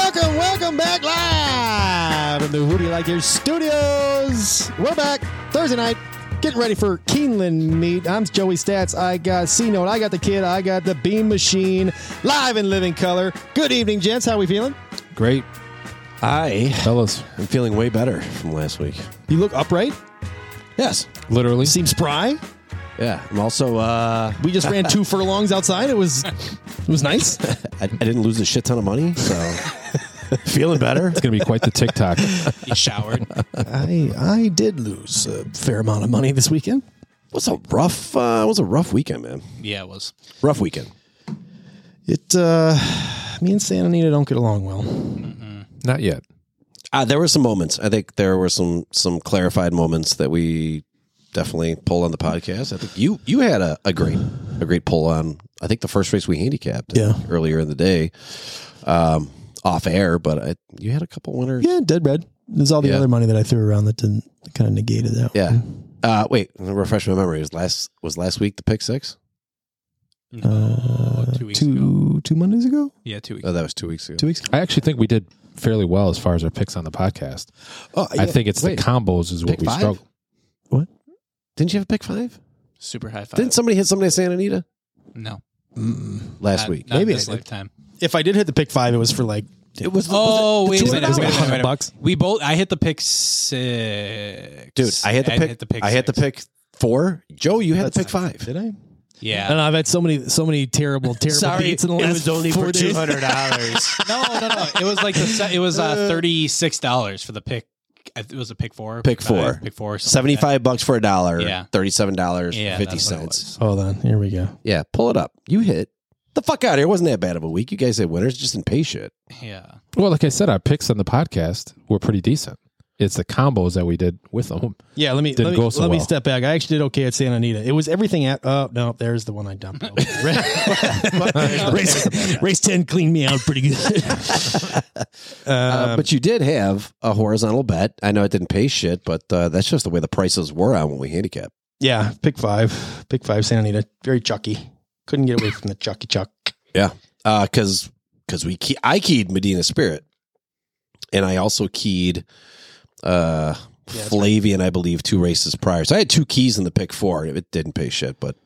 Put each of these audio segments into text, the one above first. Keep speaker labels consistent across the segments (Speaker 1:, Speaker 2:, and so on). Speaker 1: Welcome back live from the Who Do You Like Here studios. We're back Thursday night, getting ready for Keeneland meet. I'm Joey Stats. I got C Note. I got the kid. I got the Beam Machine. Live in living color. Good evening, gents. How we feeling?
Speaker 2: Great.
Speaker 3: I
Speaker 2: Fellas.
Speaker 3: am feeling way better from last week.
Speaker 1: You look upright.
Speaker 3: Yes.
Speaker 2: Literally.
Speaker 1: Seem spry.
Speaker 3: Yeah. I'm also, uh,
Speaker 1: We just ran two furlongs outside. It was it was nice.
Speaker 3: I, I didn't lose a shit ton of money, so feeling better.
Speaker 2: It's going to be quite the TikTok.
Speaker 4: He showered.
Speaker 1: I I did lose a fair amount of money this weekend.
Speaker 3: It was a rough, uh, it was a rough weekend, man.
Speaker 4: yeah, it was.
Speaker 3: Rough weekend.
Speaker 1: It uh me and Santa Anita don't get along well.
Speaker 2: Not yet.
Speaker 3: Uh, there were some moments. I think there were some, some clarified moments that we definitely pull on the podcast. I think you, you had a, a great, a great pull on, I think the first race we handicapped
Speaker 1: Yeah.
Speaker 3: earlier in the day, um, off air, but I, you had a couple winners.
Speaker 1: Yeah, dead red. There's all the
Speaker 3: Yeah.
Speaker 1: other money that I threw around that didn't kind of negated that.
Speaker 3: Yeah. Uh, wait, let me refresh my memory. Was last was last week the pick six?
Speaker 4: No,
Speaker 1: Uh,
Speaker 4: two weeks ago.
Speaker 1: two two Mondays ago,
Speaker 4: Yeah, two weeks.
Speaker 3: Oh, that was two weeks ago.
Speaker 1: two weeks. Ago.
Speaker 2: I actually think we did fairly well as far as our picks on the podcast.
Speaker 3: Oh,
Speaker 2: I think it's
Speaker 3: Wait.
Speaker 2: the combos is what
Speaker 3: Pick
Speaker 2: we
Speaker 3: five?
Speaker 2: struggle.
Speaker 3: Didn't you have a pick five?
Speaker 4: Super high 5
Speaker 3: Didn't somebody hit somebody at Santa Anita
Speaker 4: no,
Speaker 3: last
Speaker 4: not,
Speaker 3: week?
Speaker 4: Not
Speaker 1: Maybe
Speaker 4: this
Speaker 1: I did.
Speaker 4: lifetime.
Speaker 1: If I did hit the pick five, it was for like
Speaker 3: It was.
Speaker 4: Oh, wait, a
Speaker 1: $200?
Speaker 4: minute, wait, a minute, wait, a
Speaker 1: $100
Speaker 4: minute.
Speaker 1: bucks?
Speaker 4: We both. I hit the pick six.
Speaker 3: dude, I hit the pick. I hit the
Speaker 4: six.
Speaker 3: pick four. Joe, you had the pick five.
Speaker 1: Did I? I
Speaker 4: Yeah.
Speaker 1: don't know. I've had so many so many terrible terrible dates in the last four days.
Speaker 4: hundred dollars. no, no, no. It was like the se- it was uh, thirty six dollars for the pick. It was a pick four.
Speaker 3: Pick
Speaker 4: five,
Speaker 3: four.
Speaker 4: Pick four. something like that.
Speaker 3: Seventy-five bucks for a dollar.
Speaker 4: Yeah.
Speaker 3: Thirty-seven dollars
Speaker 4: Yeah,
Speaker 3: fifty
Speaker 4: that's what it
Speaker 3: cents.
Speaker 4: was.
Speaker 1: Hold on, here we go.
Speaker 3: Yeah, pull it up. You hit the fuck out of here. It wasn't that bad of a week. You guys had winners. Just didn't pay shit.
Speaker 4: Yeah.
Speaker 2: Well, like I said, our picks on the podcast were pretty decent. It's the combos that we did with them.
Speaker 1: Yeah, let me
Speaker 2: Didn't
Speaker 1: let, me,
Speaker 2: go so
Speaker 1: let me
Speaker 2: well.
Speaker 1: step back. I actually did okay at Santa Anita. It was everything at oh no, there's the one I dumped. race, race ten cleaned me out pretty good.
Speaker 4: Um,
Speaker 3: Uh, but you did have a horizontal bet. I know it didn't pay shit, but uh, that's just the way the prices were on when we handicap.
Speaker 1: Yeah, pick five. Pick five, Santa Anita. Very chucky. Couldn't get away from the chucky chuck.
Speaker 3: Yeah, because because we key, I keyed Medina Spirit, and I also keyed uh,
Speaker 1: that's
Speaker 3: Flavian, I believe, two races prior. So I had two keys in the pick four. It didn't pay shit, but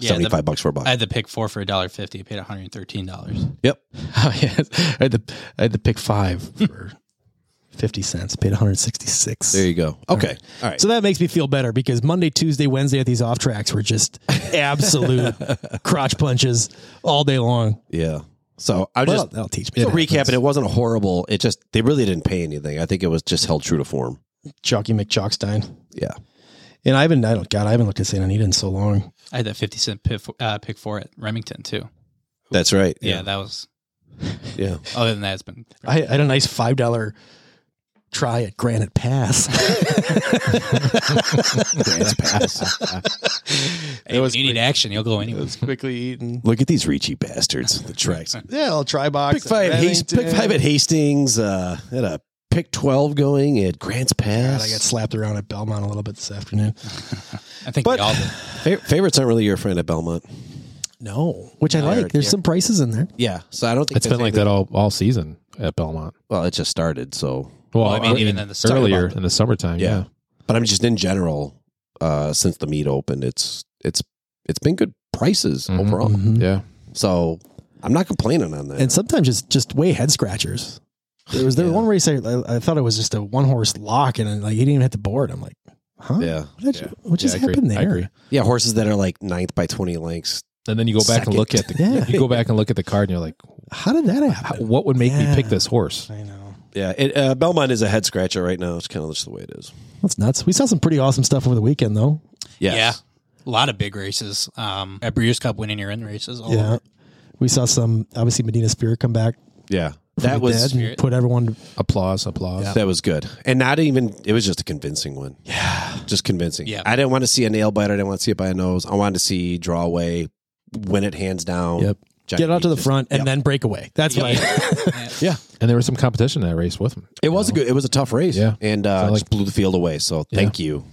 Speaker 4: Yeah, the-
Speaker 3: seventy five bucks for a buck.
Speaker 4: I had the pick four for a dollar fifty. I paid one hundred thirteen dollars.
Speaker 3: yep.
Speaker 1: Oh yes. I had the I had the pick five for fifty cents. Paid one hundred sixty six.
Speaker 3: There you go. Okay. All right.
Speaker 1: So that makes me feel better because Monday, Tuesday, Wednesday at these off tracks were just absolute crotch punches all day long.
Speaker 3: yeah. So I
Speaker 1: Well,
Speaker 3: just
Speaker 1: that'll teach me.
Speaker 3: so
Speaker 1: It happens.
Speaker 3: recap it. It wasn't a horrible. It just they really didn't pay anything. I think it was just held true to form.
Speaker 1: Chucky McChalkstein.
Speaker 3: Yeah.
Speaker 1: And I haven't I don't God, I haven't looked at Santa Anita in so long.
Speaker 4: I had that fifty cent pick, uh, pick four at Remington too.
Speaker 3: That's right.
Speaker 4: Yeah, that was.
Speaker 3: Yeah.
Speaker 4: Other than that, it's been
Speaker 1: I, I had a nice five dollar try at Granite Pass.
Speaker 3: Grants pass.
Speaker 4: Hey,
Speaker 1: was
Speaker 4: you need action, you'll go anywhere.
Speaker 1: quickly eaten.
Speaker 3: Look at these Ricci bastards. The tracks.
Speaker 1: Yeah, I'll try box.
Speaker 3: Pick five,
Speaker 1: at
Speaker 3: Hast- pick
Speaker 1: Remington.
Speaker 3: five at Hastings. Uh, had a pick twelve going at Grants
Speaker 1: God,
Speaker 3: Pass.
Speaker 1: I got slapped around at Belmont a little bit this afternoon.
Speaker 4: I think
Speaker 1: But-
Speaker 4: we all did.
Speaker 3: Fa- favorites aren't really your friend at Belmont.
Speaker 1: No, which I
Speaker 3: No,
Speaker 1: like.
Speaker 3: they're-
Speaker 1: There's
Speaker 3: they're-
Speaker 1: some prices in there.
Speaker 3: Yeah, so I don't think
Speaker 2: It's been like that all, all season at Belmont.
Speaker 3: Well, it just started, so
Speaker 2: Well,
Speaker 4: I mean, even in the summer
Speaker 2: earlier
Speaker 4: month.
Speaker 2: in the summertime.
Speaker 3: Yeah.
Speaker 2: Yeah.
Speaker 3: But I'm just in general, uh, since the meet opened, it's it's it's been good prices
Speaker 2: Mhm.
Speaker 3: overall.
Speaker 1: Mhm.
Speaker 2: Yeah.
Speaker 3: So I'm not complaining on that.
Speaker 1: and sometimes it's just way head scratchers. There was there
Speaker 3: Yeah.
Speaker 1: one race I, I, I thought it was just a one horse lock and like he didn't even hit the board. I'm like, huh?
Speaker 3: yeah,
Speaker 1: What, did
Speaker 2: Yeah.
Speaker 1: you- what just
Speaker 2: Yeah, I agree.
Speaker 1: happened
Speaker 2: I
Speaker 1: there?
Speaker 2: agree.
Speaker 3: yeah, horses that are like ninth by twenty lengths.
Speaker 2: And then you go back and look at the
Speaker 1: Second. Yeah.
Speaker 2: you go back and look at the card and you're like,
Speaker 1: How did that
Speaker 2: how,
Speaker 1: happen?
Speaker 2: what would make
Speaker 1: Yeah.
Speaker 2: me pick this horse?
Speaker 1: I know.
Speaker 3: Yeah, it, uh, Belmont is a head scratcher right now. It's kind of just the way it is.
Speaker 1: That's nuts. We saw some pretty awesome stuff over the weekend though.
Speaker 3: Yes.
Speaker 4: Yeah. A lot of big races. Um, at Breeders' Cup winning your in races. all
Speaker 1: Yeah.
Speaker 4: over.
Speaker 1: We saw some obviously Medina Spirit come back.
Speaker 3: Yeah,
Speaker 1: from
Speaker 3: that
Speaker 1: the
Speaker 3: was
Speaker 1: dead and put everyone
Speaker 2: Applause, applause.
Speaker 3: That was good. And not even, it was just a convincing one. Yeah. Just convincing.
Speaker 4: Yeah.
Speaker 3: I didn't want to see a nail biter. I didn't want to see it by a nose. I wanted to see draw away, win it hands down.
Speaker 2: Yep.
Speaker 3: Johnny
Speaker 1: get out to the
Speaker 3: just-
Speaker 1: front and then break away. That's what I
Speaker 2: Yeah. And there was some competition in that race with him.
Speaker 3: It was a good, it was a tough race.
Speaker 2: Yeah.
Speaker 3: And uh,
Speaker 2: So, like-
Speaker 3: just blew the field away. So thank you,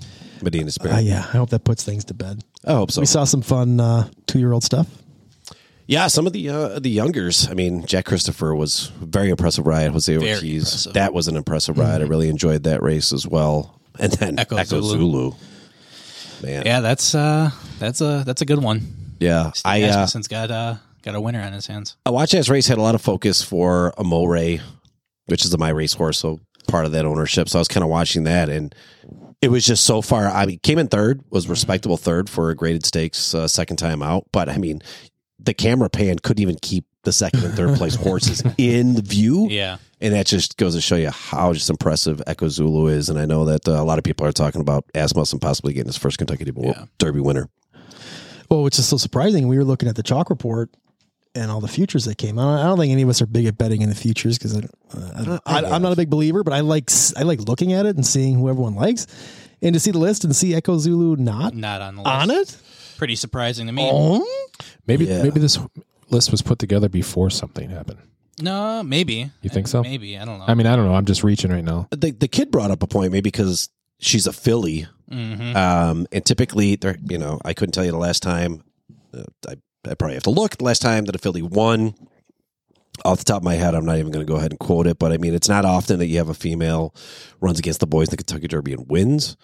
Speaker 3: Medina Spirit.
Speaker 2: Oh.
Speaker 1: Uh, yeah, I hope that puts things to bed.
Speaker 3: I hope so.
Speaker 1: We saw some fun uh, two year old stuff.
Speaker 3: Yeah, some of the uh, the youngers. I mean, Jack Christopher was a very impressive ride. Jose
Speaker 4: Very
Speaker 3: Ortiz,
Speaker 4: impressive.
Speaker 3: that was an impressive ride. I really enjoyed that race as well. And then
Speaker 4: Echo
Speaker 3: Echo,
Speaker 4: Zulu.
Speaker 3: Zulu. man, yeah,
Speaker 4: Yeah, that's uh, that's a that's a good one.
Speaker 3: I uh,
Speaker 4: Asmussen's got uh, got a winner on his hands.
Speaker 3: I watched this race had a lot of focus for a Moray, which is a my race horse, so part of that ownership. So I was kind of watching that, and it was just so far. I mean, came in third, was respectable third for a graded stakes uh, second time out, but I mean, the camera pan couldn't even keep the second and third place horses in view.
Speaker 4: Yeah,
Speaker 3: And that just goes to show you how just impressive Echo Zulu is. And I know that uh, a lot of people are talking about Asmussen possibly getting his first Kentucky Derby-
Speaker 4: Yeah.
Speaker 3: Derby winner.
Speaker 1: Well, which is so surprising. We were looking at the chalk report and all the futures that came out. I don't think any of us are big at betting in the futures because I, I don't- I, I'm not a big believer, but I like s- I like looking at it and seeing who everyone likes, and to see the list and see Echo Zulu not
Speaker 4: not on the list.
Speaker 1: on it.
Speaker 4: Pretty surprising to me.
Speaker 1: Um,
Speaker 2: Maybe
Speaker 3: Yeah.
Speaker 2: maybe this list was put together before something happened.
Speaker 4: No, maybe.
Speaker 2: You think so?
Speaker 4: Maybe I don't know.
Speaker 2: I mean, I don't know. I'm just reaching right now.
Speaker 3: The, the kid brought up a point, maybe because she's a filly.
Speaker 4: Mhm.
Speaker 3: Um, and typically, there, you know, I couldn't tell you the last time. Uh, I, I probably have to look. The last time that a Philly won, off the top of my head, I'm not even going to go ahead and quote it. But I mean, it's not often that you have a female runs against the boys in the Kentucky Derby and wins.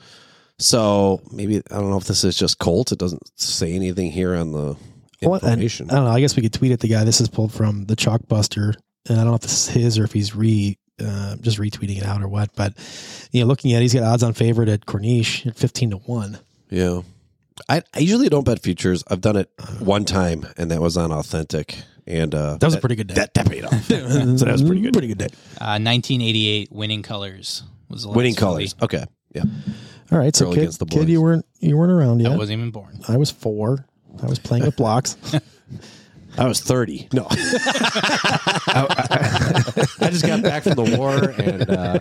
Speaker 3: So maybe I don't know if this is just Colt. It doesn't say anything here on the
Speaker 1: what- and- uh,
Speaker 3: information.
Speaker 1: I don't know. I guess we could tweet at the guy. This is pulled from the Chalk Buster, and I don't know if this is his or if he's re uh, just retweeting it out or what. But you know, looking at, it, he's got odds on favorite at Corniche at fifteen to one.
Speaker 3: yeah, I, I usually don't bet futures. I've done it one time, and that was on Authentic. And uh,
Speaker 1: That was a pretty good day.
Speaker 3: that, that paid off.
Speaker 1: so that was pretty good. Pretty good day.
Speaker 4: Uh, 1988 winning colors was the last
Speaker 3: Winning
Speaker 4: movie.
Speaker 3: colors. Okay. Yeah.
Speaker 1: All right, so
Speaker 3: Girl
Speaker 1: kid,
Speaker 3: against the
Speaker 1: kid,
Speaker 3: boys.
Speaker 1: you weren't you weren't around yet.
Speaker 4: I wasn't even born.
Speaker 1: I was four. I was playing with blocks.
Speaker 3: I was 30. No. I just got back from the war and uh,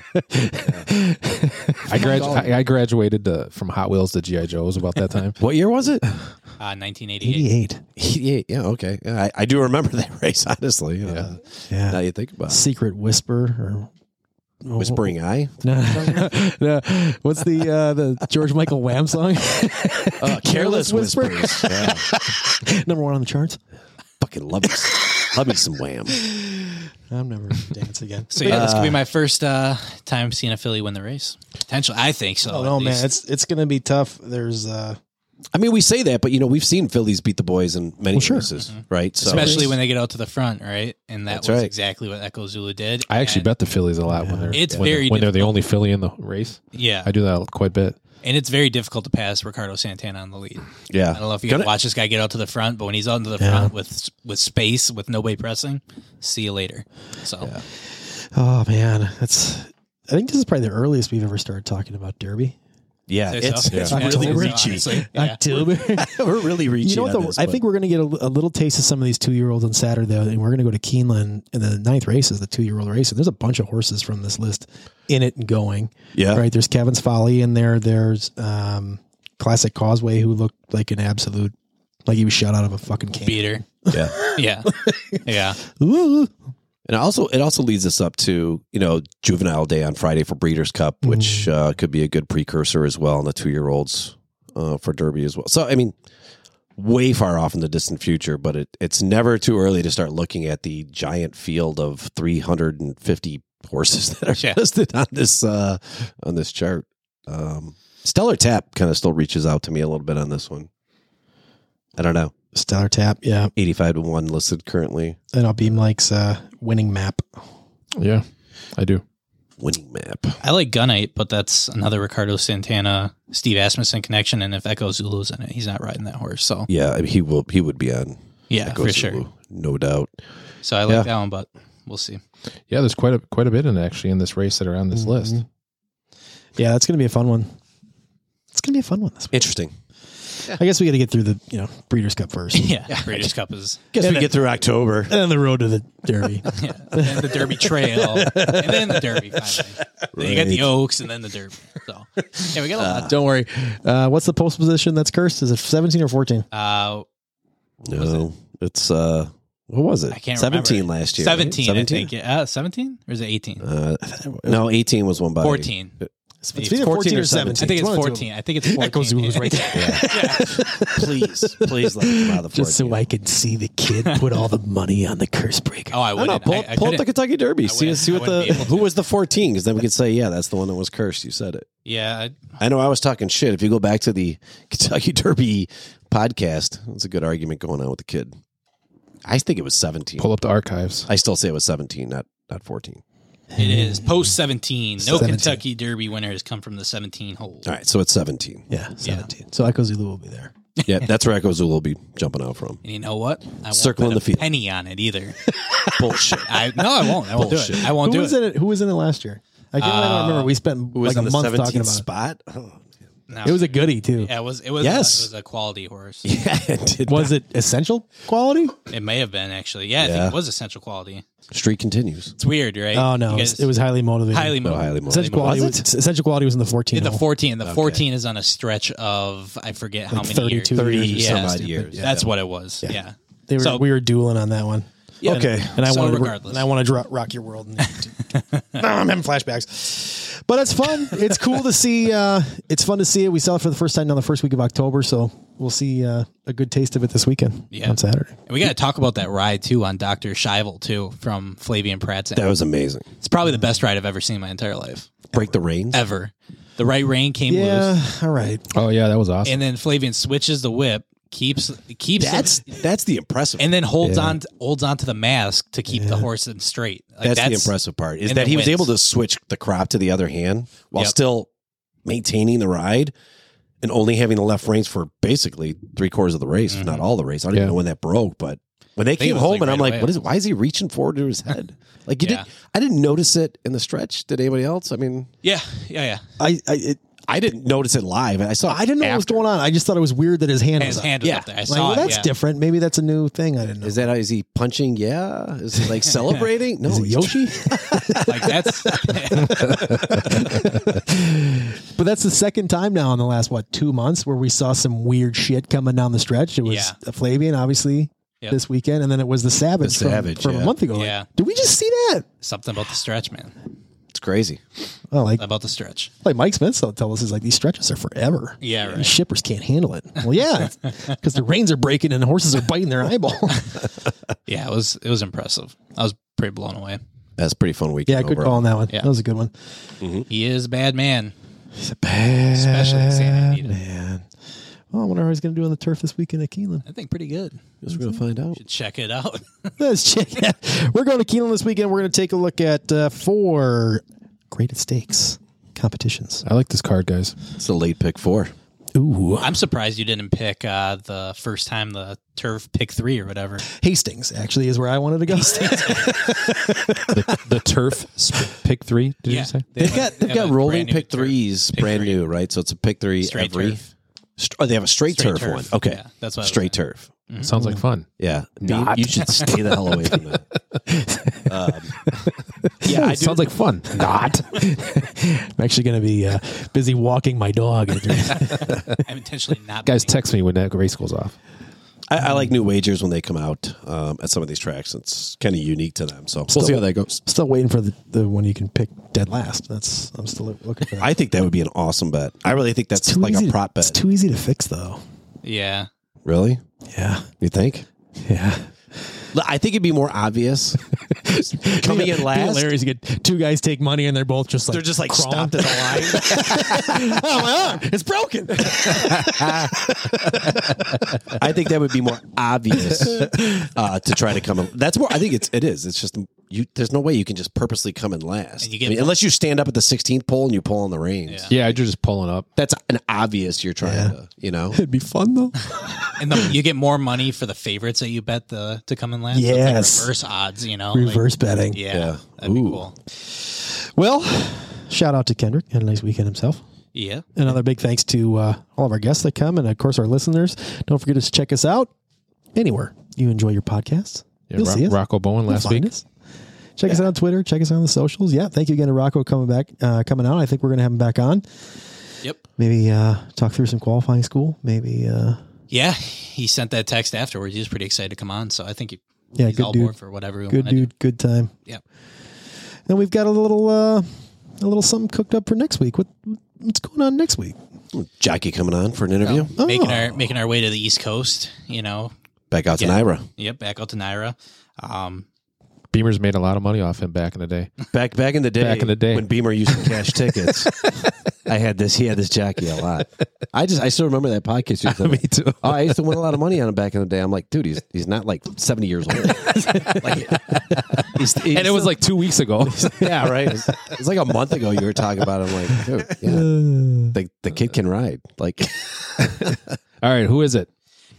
Speaker 2: I, gradu- I, I graduated uh, from Hot Wheels to GI Joe's about that time.
Speaker 3: what year was it?
Speaker 4: Uh,
Speaker 1: 88.
Speaker 4: 1988.
Speaker 3: 88. Yeah, okay. Yeah, I, I do remember that race, honestly. Yeah. Uh,
Speaker 1: Yeah.
Speaker 3: Now you think about it.
Speaker 1: Secret Whisper or
Speaker 3: Whispering Eye.
Speaker 1: No, no. What's the uh, the George Michael Wham song?
Speaker 3: Uh,
Speaker 1: Careless Whisper.
Speaker 3: Whispers. yeah.
Speaker 1: Number one on the charts.
Speaker 3: Fucking love it. Love me some wham.
Speaker 1: I'm never gonna dance again.
Speaker 4: So yeah, this could be my first uh, time seeing a filly win the race. Potentially, I think so.
Speaker 1: Oh
Speaker 4: at
Speaker 1: no, man,
Speaker 4: least.
Speaker 1: it's it's gonna be tough. There's uh,
Speaker 3: I mean, we say that, but you know, we've seen Phillies beat the boys in many
Speaker 1: sure.
Speaker 3: races, right? So
Speaker 4: especially when they get out to the front, right? And that
Speaker 3: That's
Speaker 4: was
Speaker 3: right.
Speaker 4: exactly what Echo Zulu did.
Speaker 2: I actually
Speaker 4: And-
Speaker 2: bet the Phillies a lot when they're
Speaker 4: It's
Speaker 2: when, they're-
Speaker 4: very
Speaker 2: when they're the only Philly in the race.
Speaker 4: Yeah,
Speaker 2: I do that quite a bit.
Speaker 4: and it's very difficult to pass Ricardo Santana on the lead.
Speaker 3: yeah,
Speaker 4: I don't know if you
Speaker 3: Gonna-
Speaker 4: can watch this guy get out to the front, but when he's out to the front with with space, with nobody pressing, see you later. So
Speaker 1: oh man, that's. I think this is probably the earliest we've ever started talking about Derby.
Speaker 3: yeah,
Speaker 4: Say
Speaker 3: it's,
Speaker 4: so.
Speaker 3: it's
Speaker 4: Yeah.
Speaker 3: really
Speaker 4: October.
Speaker 3: reaching.
Speaker 4: Honestly, yeah.
Speaker 1: October.
Speaker 3: We're really reaching.
Speaker 1: You know what?
Speaker 3: on
Speaker 1: Though,
Speaker 3: this,
Speaker 1: I
Speaker 3: but-
Speaker 1: think we're going to get a, a little taste of some of these two year olds on Saturday, though, and we're going to go to Keeneland. And the ninth race is the two year old race, and there's a bunch of horses from this list in it and going.
Speaker 3: Yeah.
Speaker 1: right. There's Kevin's Folly in there. There's um, Classic Causeway, who looked like an absolute, like he was shot out of a fucking can.
Speaker 4: beater.
Speaker 3: Yeah.
Speaker 4: Yeah, yeah.
Speaker 1: Ooh.
Speaker 3: And also, it also leads us up to you know Juvenile Day on Friday for Breeders' Cup, which uh, could be a good precursor as well on the two-year-olds uh, for Derby as well. So, I mean, way far off in the distant future, but it, it's never too early to start looking at the giant field of 350 horses that are
Speaker 4: Yeah.
Speaker 3: listed on this uh, on this chart. Um, Stellar Tap kind of still reaches out to me a little bit on this one. I don't know,
Speaker 1: Stellar Tap, yeah.
Speaker 3: 85 to one listed currently.
Speaker 1: And I'll Beam Lake's uh, winning map.
Speaker 2: Yeah, I do.
Speaker 3: Winning map.
Speaker 4: I like Gunite, but that's another Ricardo Santana, Steve Asmussen connection. And if Echo Zulu's in it, he's not riding that horse. So
Speaker 3: Yeah, I mean, he will. He would be on.
Speaker 4: yeah,
Speaker 3: Echo
Speaker 4: for
Speaker 3: Zulu,
Speaker 4: sure.
Speaker 3: no doubt.
Speaker 4: So I like
Speaker 3: Yeah.
Speaker 4: that one, but we'll see.
Speaker 2: Yeah, there's quite a quite a bit in actually in this race that are on this list.
Speaker 1: Yeah, that's going to be a fun one. It's going to be a fun one this week.
Speaker 3: Interesting.
Speaker 1: I guess we got to get through the, you know, Breeders' Cup first. and
Speaker 4: Yeah, Breeders Cup is
Speaker 3: Guess we get through October.
Speaker 1: then the road to the Derby.
Speaker 4: yeah. And then the Derby Trail, and then the Derby. Finally, Then you got the Oaks, and then the Derby. So yeah, we got a lot.
Speaker 1: Don't worry. Uh, what's the post position that's cursed? Is it 17 or 14?
Speaker 4: Uh,
Speaker 3: No, it's uh, what was it?
Speaker 4: I can't
Speaker 3: Seventeen
Speaker 4: remember.
Speaker 3: last year. right?
Speaker 4: 17, I think. Yeah, Uh, 17 or is it 18?
Speaker 3: Uh, no, eighteen was one by
Speaker 4: 14.
Speaker 5: It's either 14, or 17.
Speaker 4: I think it's
Speaker 5: one of the two.
Speaker 4: 14. I think it's 14.
Speaker 5: Echoes was right there.
Speaker 3: please, please let me out the
Speaker 1: Just so
Speaker 3: 14.
Speaker 1: I can see the kid put all the money on the curse breaker.
Speaker 4: Oh, I
Speaker 3: I
Speaker 4: wouldn't.
Speaker 3: know. Pull,
Speaker 4: I-
Speaker 3: up-
Speaker 4: I
Speaker 3: pull up
Speaker 4: couldn't-
Speaker 3: the Kentucky Derby.
Speaker 4: I
Speaker 3: See,
Speaker 4: wouldn't-
Speaker 3: see what
Speaker 4: I wouldn't
Speaker 3: the
Speaker 4: be able
Speaker 3: who was the 14? Because then we could say, yeah, that's the one that was cursed. You said it.
Speaker 4: yeah, I-
Speaker 3: I know I was talking shit. If you go back to the Kentucky Derby podcast, it's a good argument going on with the kid. I think it was 17.
Speaker 2: Pull up the archives.
Speaker 3: I still say it was 17, not not 14.
Speaker 4: it is
Speaker 3: Mm.
Speaker 4: post 17. No
Speaker 1: 17.
Speaker 4: Kentucky Derby winners come from the 17 hole.
Speaker 3: All right, so it's 17.
Speaker 1: yeah, 17. So Echo Zulu will be there.
Speaker 3: Yeah, that's where Echo Zulu will be jumping out from.
Speaker 4: And you know what? I won't
Speaker 3: Circling
Speaker 4: put
Speaker 3: the
Speaker 4: a
Speaker 3: field.
Speaker 4: penny on it either.
Speaker 3: Bullshit.
Speaker 4: I no, I won't. I won't do
Speaker 3: Bullshit.
Speaker 4: it. I won't
Speaker 1: Who
Speaker 4: do
Speaker 1: was
Speaker 4: it. Uh,
Speaker 1: in it? Who was in it last year? I can't I don't remember. We spent
Speaker 3: Who
Speaker 1: like
Speaker 3: was
Speaker 1: a
Speaker 3: in the
Speaker 1: month talking
Speaker 3: 17th
Speaker 1: about
Speaker 3: spot? Oh.
Speaker 4: No.
Speaker 1: it. It was a goodie too.
Speaker 4: Yeah, it was. It was.
Speaker 3: Yes.
Speaker 4: A, it was a quality horse.
Speaker 3: Yeah, it did.
Speaker 1: Was it essential quality?
Speaker 4: It may have been actually. Yeah, I
Speaker 3: Yeah.
Speaker 4: think it was essential quality.
Speaker 3: Street continues.
Speaker 4: It's weird, right?
Speaker 1: Oh no,
Speaker 4: You
Speaker 1: it
Speaker 4: guys-
Speaker 1: was, it was highly motivated.
Speaker 4: highly
Speaker 3: Oh,
Speaker 4: mo-
Speaker 3: highly motivated.
Speaker 1: essential quality
Speaker 3: Was
Speaker 1: was,
Speaker 3: it?
Speaker 1: essential quality was in the fourteen.
Speaker 4: in the
Speaker 1: hole.
Speaker 4: 14. The 14 is on a stretch of I forget how
Speaker 1: Like
Speaker 4: many
Speaker 1: 32
Speaker 4: years.
Speaker 3: 30
Speaker 1: years.
Speaker 4: Yeah,
Speaker 3: some odd
Speaker 4: stupid.
Speaker 3: years.
Speaker 4: That's what it was. Yeah.
Speaker 1: They were,
Speaker 4: So-
Speaker 1: we were dueling on that one.
Speaker 4: Yeah.
Speaker 1: Okay, and I
Speaker 4: So
Speaker 1: wanted to,
Speaker 4: regardless.
Speaker 1: and I want to dro- rock your world. And, No, I'm having flashbacks, but it's fun. It's cool to see. Uh, it's fun to see it. We saw it for the first time on the first week of October, so we'll see uh, a good taste of it this weekend
Speaker 4: Yeah.
Speaker 1: on Saturday.
Speaker 4: And we got to talk about that ride too on Dr. Shivel too from Flavian Pratt's.
Speaker 3: That was amazing.
Speaker 4: it's probably the best ride I've ever seen in my entire life.
Speaker 3: Break the reins.
Speaker 4: Ever. The right rein came
Speaker 1: Yeah,
Speaker 4: loose
Speaker 1: all right.
Speaker 2: Oh yeah, that was awesome.
Speaker 4: and then Flavian switches the whip, keeps keeps it,
Speaker 3: That's that's the impressive.
Speaker 4: and then holds on holds on to the mask to keep the horse in straight. Like,
Speaker 3: that's, the impressive part is
Speaker 4: and
Speaker 3: that
Speaker 4: then
Speaker 3: he was
Speaker 4: wins.
Speaker 3: able to switch the crop to the other hand while
Speaker 4: Yep.
Speaker 3: still maintaining the ride and only having the left reins for basically three quarters of the race, if not all the race. I don't
Speaker 2: Yeah.
Speaker 3: even know when that broke, but when they
Speaker 4: think it
Speaker 3: came
Speaker 4: was,
Speaker 3: home
Speaker 4: like,
Speaker 3: and
Speaker 4: right
Speaker 3: I'm like,
Speaker 4: away.
Speaker 3: what is? Why is he reaching forward to his head? Like you
Speaker 4: Yeah.
Speaker 3: did, I didn't notice it in the stretch. Did anybody else? I mean,
Speaker 4: Yeah, yeah, yeah.
Speaker 3: I I, it, I didn't notice it live. I saw.
Speaker 1: I didn't know what was
Speaker 3: after.
Speaker 1: going on. I just thought it was weird that his hand
Speaker 4: his
Speaker 1: was up.
Speaker 4: hand was up there. I
Speaker 1: Like,
Speaker 4: saw
Speaker 1: well,
Speaker 4: it.
Speaker 1: that's
Speaker 4: yeah.
Speaker 1: different. Maybe that's a new thing. I didn't know.
Speaker 3: Is that is he punching? Yeah. Is he like celebrating? No.
Speaker 1: Is it
Speaker 3: he's-
Speaker 1: Yoshi?
Speaker 4: Like that's
Speaker 1: but that's the second time now in the last what two months where we saw some weird shit coming down the stretch. It was
Speaker 4: Yeah.
Speaker 1: the Flavian, obviously,
Speaker 4: Yep.
Speaker 1: this weekend, and then it was the Savage,
Speaker 3: The
Speaker 1: from-
Speaker 3: Savage,
Speaker 1: from,
Speaker 3: yeah.
Speaker 1: a month ago. Like,
Speaker 4: Yeah.
Speaker 1: did we just see that?
Speaker 4: something about the stretch, man.
Speaker 3: It's crazy.
Speaker 1: Oh, like
Speaker 4: About the stretch.
Speaker 1: like Mike Smith will tell us is like these stretches are forever.
Speaker 4: Yeah,
Speaker 1: These
Speaker 4: right.
Speaker 1: shippers can't handle it. Well, yeah, because the reins are breaking and the horses are biting their eyeball.
Speaker 4: Yeah, it was it was impressive. I was pretty blown away.
Speaker 3: That's a pretty fun weekend.
Speaker 1: yeah, good
Speaker 3: overall.
Speaker 1: call on that one.
Speaker 4: Yeah.
Speaker 1: That was a good one.
Speaker 4: He is a bad man.
Speaker 1: It's a bad
Speaker 4: Especially San Anita.
Speaker 1: man. Well, I wonder how he's going to do on the turf this weekend at Keeneland.
Speaker 4: I think pretty good.
Speaker 3: Guess we're gonna find out.
Speaker 4: Check it out.
Speaker 1: Let's check. We're going to Keeneland this weekend. We're going to take a look at uh, four graded stakes competitions.
Speaker 2: I like this card, guys.
Speaker 3: It's a late pick four.
Speaker 1: Ooh,
Speaker 4: I'm surprised you didn't pick uh, the first time the turf pick three or whatever.
Speaker 1: Hastings actually is where I wanted to go.
Speaker 2: The, the turf sp- pick three. Did
Speaker 4: Yeah,
Speaker 2: you say?
Speaker 4: they
Speaker 3: They've
Speaker 4: have a-
Speaker 3: got they've
Speaker 4: they
Speaker 3: got
Speaker 4: have a
Speaker 3: rolling
Speaker 4: brand new
Speaker 3: pick
Speaker 4: turf.
Speaker 3: threes,
Speaker 4: Pick
Speaker 3: brand
Speaker 4: three.
Speaker 3: new, right? So it's a pick three
Speaker 4: Straight
Speaker 3: every.
Speaker 4: turf.
Speaker 3: St- oh, they have a straight,
Speaker 4: Straight
Speaker 3: turf,
Speaker 4: turf.
Speaker 3: one. Okay,
Speaker 4: Yeah, that's what I was
Speaker 3: straight turf.
Speaker 2: Sounds like fun.
Speaker 3: Yeah, Bean, you should stay the hell away from that. um, yeah, I do.
Speaker 2: sounds like fun.
Speaker 1: Not. I'm actually going to be uh, busy walking my dog.
Speaker 4: I'm intentionally not.
Speaker 2: Guys,
Speaker 4: picking.
Speaker 2: text me when that race goes off.
Speaker 3: I, I like new wagers when they come out um, at some of these tracks. It's kind of unique to them, so we'll see how that goes.
Speaker 1: still waiting for the, the one you can pick dead last. That's I'm still looking for. That.
Speaker 3: I think that would be an awesome bet. I really think that's like
Speaker 1: easy
Speaker 3: a
Speaker 1: to-
Speaker 3: prop
Speaker 1: It's
Speaker 3: bet.
Speaker 1: too easy to fix though.
Speaker 4: yeah,
Speaker 3: really,
Speaker 1: Yeah,
Speaker 3: you think?
Speaker 1: yeah.
Speaker 3: L- I think it'd be more obvious coming in
Speaker 1: Be
Speaker 3: last.
Speaker 1: hilarious. You get two guys take money and they're both just like
Speaker 3: They're just like
Speaker 1: crawling.
Speaker 3: stopped at the line.
Speaker 1: oh my arm, it's broken.
Speaker 3: I think that would be more obvious uh, to try to come. In. That's more. I think it's it is. It's just you. There's no way you can just purposely come in last.
Speaker 4: And you get
Speaker 3: I mean,
Speaker 4: more-
Speaker 3: unless you stand up at the 16th pole and you pull on the reins.
Speaker 4: Yeah.
Speaker 2: Yeah, you're just pulling up.
Speaker 3: That's an obvious. You're trying to. You know.
Speaker 1: It'd be fun though.
Speaker 4: and the, you get more money for the favorites that you bet the to come in last. So it's
Speaker 1: Yes.
Speaker 4: like reverse odds. You know, like-
Speaker 1: Reverse betting.
Speaker 4: yeah,
Speaker 3: Yeah.
Speaker 4: that'd be
Speaker 3: Ooh.
Speaker 4: cool.
Speaker 1: Well, shout out to Kendrick. Had a nice weekend himself.
Speaker 4: Yeah,
Speaker 1: Another big thanks to uh, all of our guests that come and, of course, our listeners. Don't forget to check us out anywhere you enjoy your podcasts.
Speaker 2: Yeah,
Speaker 1: You'll
Speaker 2: Ro-
Speaker 1: see us.
Speaker 2: Rocco Bowen
Speaker 1: You'll
Speaker 2: last
Speaker 1: find
Speaker 2: week.
Speaker 1: us. Check us out on Twitter. Check us out on the socials. Yeah, thank you again to Rocco coming back, uh, coming out. I think we're going to have him back on.
Speaker 4: yep,
Speaker 1: Maybe uh, talk through some qualifying school. Maybe uh,
Speaker 4: yeah. He sent that text afterwards. He was pretty excited to come on, so I think he,
Speaker 1: Yeah,
Speaker 4: he's
Speaker 1: good
Speaker 4: all
Speaker 1: dude.
Speaker 4: board for whatever we
Speaker 1: good
Speaker 4: want to do.
Speaker 1: dude, good time.
Speaker 4: Yep.
Speaker 1: And we've got a little uh, a little something cooked up for next week. What what's going on next week?
Speaker 3: Jackie coming on for an interview.
Speaker 4: Making our making our way to the East Coast, you know.
Speaker 3: Back out to
Speaker 4: Yeah.
Speaker 3: Naira.
Speaker 4: Yep, back out to Naira. Um,
Speaker 2: Beamer's made a lot of money off him back in the day.
Speaker 3: Back back in the day,
Speaker 2: Back in the day.
Speaker 3: when Beamer used to cash tickets, I had this. He had this jockey a lot. I just I still remember that podcast. You said.
Speaker 2: Me too.
Speaker 3: Oh, I used to win a lot of money on him back in the day. I'm like, dude, he's he's not like 70 years old. like, he's, he's-
Speaker 2: And it was like two weeks ago.
Speaker 3: yeah, right. It's like a month ago you were talking about. It. I'm like, dude, yeah, the the kid can ride. Like,
Speaker 2: All right, who is it?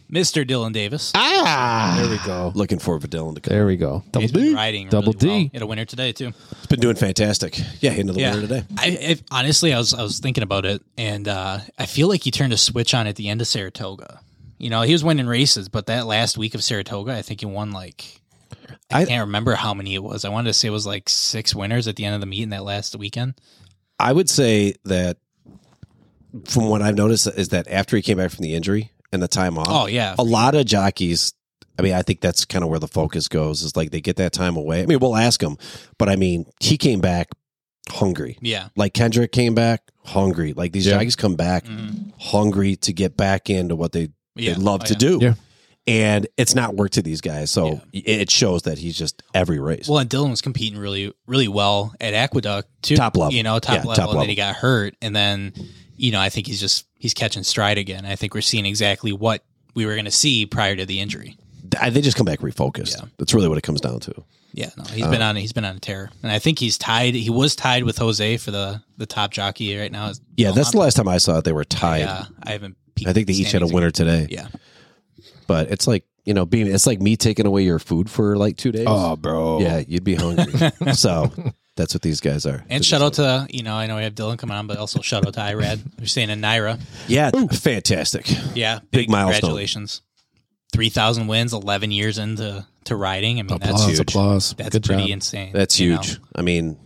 Speaker 4: Mr. Dylan Davis.
Speaker 2: There we go.
Speaker 3: looking forward for Dylan to come.
Speaker 2: There we go.
Speaker 4: He's been riding
Speaker 2: Double
Speaker 4: really well.
Speaker 2: D.
Speaker 4: Had a winner today too.
Speaker 3: It's been doing fantastic. Yeah, into the winter today.
Speaker 4: I, I honestly, I was I was thinking about it, and uh, I feel like he turned a switch on at the end of Saratoga. You know, he was winning races, but that last week of Saratoga, I think he won like I,
Speaker 3: I-
Speaker 4: can't remember how many it was. I wanted to say it was like six winners at the end of the meet in that last weekend.
Speaker 3: I would say that from what I've noticed is that after he came back from the injury and the time off,
Speaker 4: Oh yeah,
Speaker 3: a lot of jockeys. I mean, I think that's kind of where the focus goes. Is like they get that time away. I mean, we'll ask him, but I mean, he came back hungry.
Speaker 4: yeah.
Speaker 3: Like Kendrick came back hungry. Like these
Speaker 2: Yeah.
Speaker 3: jockeys come back
Speaker 4: Mhm.
Speaker 3: hungry to get back into what they they
Speaker 4: Yeah.
Speaker 3: love
Speaker 4: Oh,
Speaker 3: to
Speaker 4: yeah.
Speaker 3: do.
Speaker 2: Yeah.
Speaker 3: And it's not work to these guys, so it shows that he's just every race.
Speaker 4: Well, and Dylan was competing really, really well at Aqueduct too.
Speaker 3: Top level.
Speaker 4: you know, top
Speaker 3: Yeah,
Speaker 4: level,
Speaker 3: top
Speaker 4: and then
Speaker 3: level.
Speaker 4: he got hurt, and then you know, I think he's just he's catching stride again. I think we're seeing exactly what we were going to see prior to the injury.
Speaker 3: I- they just come back refocused. That's really what it comes down to.
Speaker 4: Yeah, no,
Speaker 2: Oh.
Speaker 4: he's been on he's been on a tear, and I think he's tied. He was tied with Jose for the the top jockey right now.
Speaker 3: Yeah, that's the last time I saw it. They were tied.
Speaker 4: Yeah, I haven't. peeked
Speaker 3: I think they each had a
Speaker 4: standings.
Speaker 3: winner today.
Speaker 4: Yeah,
Speaker 3: But it's like you know, being it's like me taking away your food for like two days.
Speaker 2: Oh, bro.
Speaker 3: Yeah, you'd be hungry. so that's what these guys are.
Speaker 4: and shout out to you know I know we have Dylan coming on, but also shout out to Irad. We're staying in Naira.
Speaker 3: yeah, fantastic.
Speaker 4: Yeah,
Speaker 3: Big milestone.
Speaker 4: Congratulations, three thousand wins, eleven years into to riding. I mean, that's
Speaker 2: Applause,
Speaker 4: huge.
Speaker 2: applause.
Speaker 4: That's
Speaker 2: Good
Speaker 4: pretty
Speaker 2: job.
Speaker 4: insane.
Speaker 3: That's
Speaker 4: you know?
Speaker 3: huge. I mean,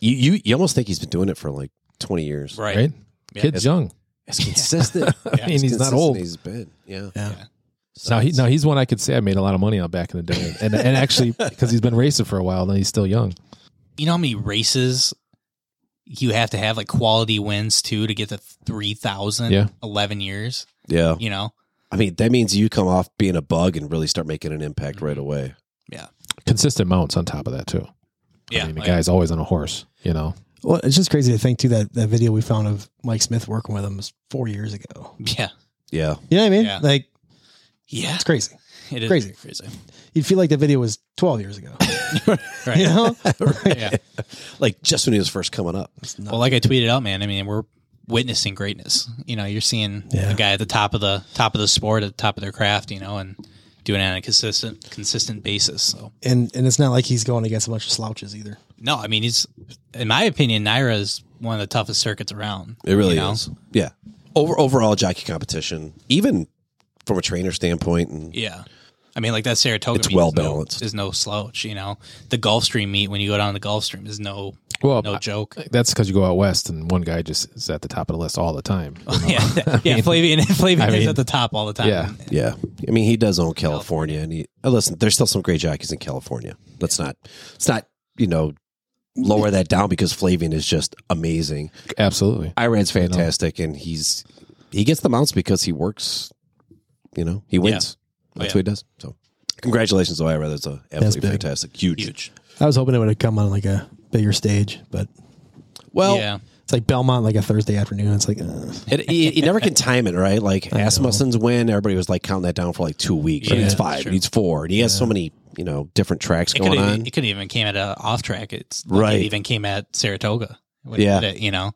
Speaker 3: you, you you almost think he's been doing it for like twenty years.
Speaker 4: right?
Speaker 2: Right?
Speaker 4: Yeah.
Speaker 2: Kid's young.
Speaker 3: It's consistent.
Speaker 2: I mean, he's not old.
Speaker 3: He's been. Yeah.
Speaker 2: Now, he, now he's one I could say I made a lot of money on back in the day. And, and actually, because he's been racing for a while and he's still young.
Speaker 4: You know how many races you have to have like quality wins too to get to three thousand?
Speaker 2: Yeah. Oh.
Speaker 4: eleven years.
Speaker 3: Yeah.
Speaker 4: You know,
Speaker 3: I mean, that means you come off being a bug and really start making an impact right away.
Speaker 2: Consistent mounts on top of that, too.
Speaker 4: yeah.
Speaker 2: I mean, the
Speaker 4: like-
Speaker 2: guy's always on a horse, you know?
Speaker 1: Well, it's just crazy to think too that that video we found of Mike Smith working with him was four years ago.
Speaker 4: Yeah.
Speaker 3: Yeah.
Speaker 1: You know what I mean?
Speaker 4: Yeah.
Speaker 1: Like
Speaker 4: Yeah.
Speaker 1: it's crazy.
Speaker 4: It is
Speaker 1: Crazy.
Speaker 4: crazy.
Speaker 1: You'd feel like the video was twelve years ago.
Speaker 4: Right.
Speaker 1: You know?
Speaker 4: yeah.
Speaker 3: Like just when he was first coming up.
Speaker 4: Well, like I tweeted out, man, I mean, we're witnessing greatness. You know, you're seeing
Speaker 1: Yeah.
Speaker 4: a guy at the top of the top of the sport, at the top of their craft, you know, and doing it on a consistent consistent basis. So
Speaker 1: and and it's not like he's going against a bunch of slouches either.
Speaker 4: no, I mean he's in my opinion, Naira is one of the toughest circuits around.
Speaker 3: It really
Speaker 4: you know?
Speaker 3: is. Yeah. Over overall jockey competition, even from a trainer standpoint, and
Speaker 4: Yeah. I mean, like that Saratoga.
Speaker 3: It's
Speaker 4: meet is
Speaker 3: well
Speaker 4: no-
Speaker 3: balanced.
Speaker 4: Is no slouch, you know. The Gulfstream meet when you go down the Gulfstream is no
Speaker 2: Well,
Speaker 4: no joke.
Speaker 2: that's because you go out west and one guy just is at the top of the list all the time.
Speaker 4: yeah, yeah. Flavian Flavian
Speaker 2: I
Speaker 4: is
Speaker 2: mean-
Speaker 4: at the top all the time.
Speaker 2: Yeah.
Speaker 3: yeah, I mean he does own California, and he uh, listen. There's still some great jockeys in California. Let's not, it's not you know lower that down because Flavian is just amazing.
Speaker 2: Absolutely.
Speaker 3: Iran's fantastic, and he's he gets the mounts because he works. You know, he wins.
Speaker 4: Oh,
Speaker 3: That's
Speaker 4: yeah.
Speaker 3: what he does. So, congratulations, Iran. That's a absolutely
Speaker 1: big.
Speaker 3: fantastic, huge.
Speaker 4: Huge.
Speaker 1: I was hoping it would have come on like a bigger stage, but
Speaker 3: Well,
Speaker 4: yeah.
Speaker 1: it's like Belmont like a Thursday afternoon. It's like uh,
Speaker 3: it, you, you never can time it right. Like Asmussen's win, everybody was like counting that down for like two weeks. He
Speaker 4: Yeah,
Speaker 3: needs
Speaker 4: that's
Speaker 3: five,
Speaker 4: true.
Speaker 3: he needs four, and he has so many you know different tracks
Speaker 4: It could
Speaker 3: going
Speaker 4: have
Speaker 3: on.
Speaker 4: it could even came at a off track. It's like
Speaker 3: Right.
Speaker 4: It even came at Saratoga. when
Speaker 3: Yeah.
Speaker 4: it did it, you know.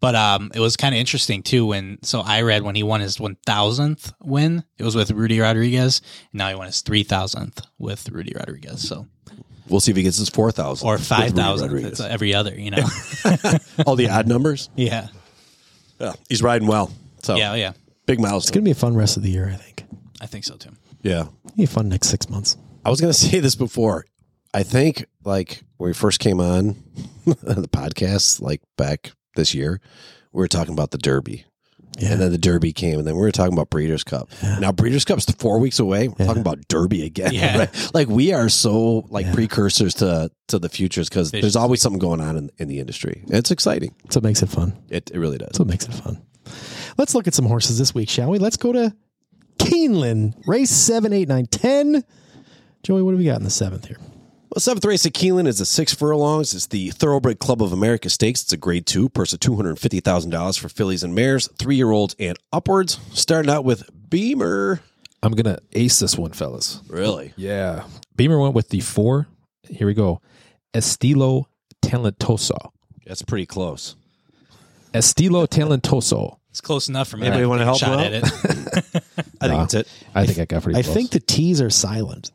Speaker 4: But um, it was kind of interesting too when so I read when he won his one thousandth win, it was with Rudy Rodriguez. And now he won his three thousandth with Rudy Rodriguez. So
Speaker 3: We'll see if he gets his four thousand
Speaker 4: or five thousand. It's every other, you know.
Speaker 3: All the odd numbers.
Speaker 4: yeah.
Speaker 3: Yeah, he's riding well. So
Speaker 4: Yeah. Yeah.
Speaker 3: big
Speaker 1: it's
Speaker 3: milestone.
Speaker 1: gonna be a fun rest of the year. I think.
Speaker 4: I think so too.
Speaker 3: Yeah,
Speaker 1: It'll be a fun next six months.
Speaker 3: I was gonna say this before. I think like when we first came on the podcast, like back this year, we were talking about the Derby. And then the Derby came, and then we were talking about Breeders' Cup. Now Breeders' Cup's four weeks away. We're talking about Derby again.
Speaker 4: Yeah.
Speaker 3: right? Like we are so like precursors to to the futures because there's always something going on in, in the industry. It's exciting.
Speaker 1: That's what makes it fun.
Speaker 3: It, it really does.
Speaker 1: That's what makes it fun. Let's look at some horses this week, shall we? Let's go to Keeneland, race 7, 8, 9, 10. Joey, what do we got in the seventh here?
Speaker 3: Well, seventh race at Keeneland is the six furlongs. It's the Thoroughbred Club of America Stakes. It's a grade two, purse of $250,000 for fillies and mares, three year olds and upwards. Starting out with Beamer.
Speaker 2: I'm gonna ace this one, fellas.
Speaker 3: Really?
Speaker 2: Yeah. Beamer went with the four. Here we go. Estilo talentoso.
Speaker 3: That's pretty close.
Speaker 2: Estilo talentoso.
Speaker 4: It's close enough for me.
Speaker 3: Anybody
Speaker 4: to
Speaker 3: wanna
Speaker 4: take a
Speaker 3: help
Speaker 4: Shot
Speaker 3: out?
Speaker 4: at it.
Speaker 3: I think that's it.
Speaker 2: I think I got pretty
Speaker 1: I
Speaker 2: close.
Speaker 1: think the T's are silent.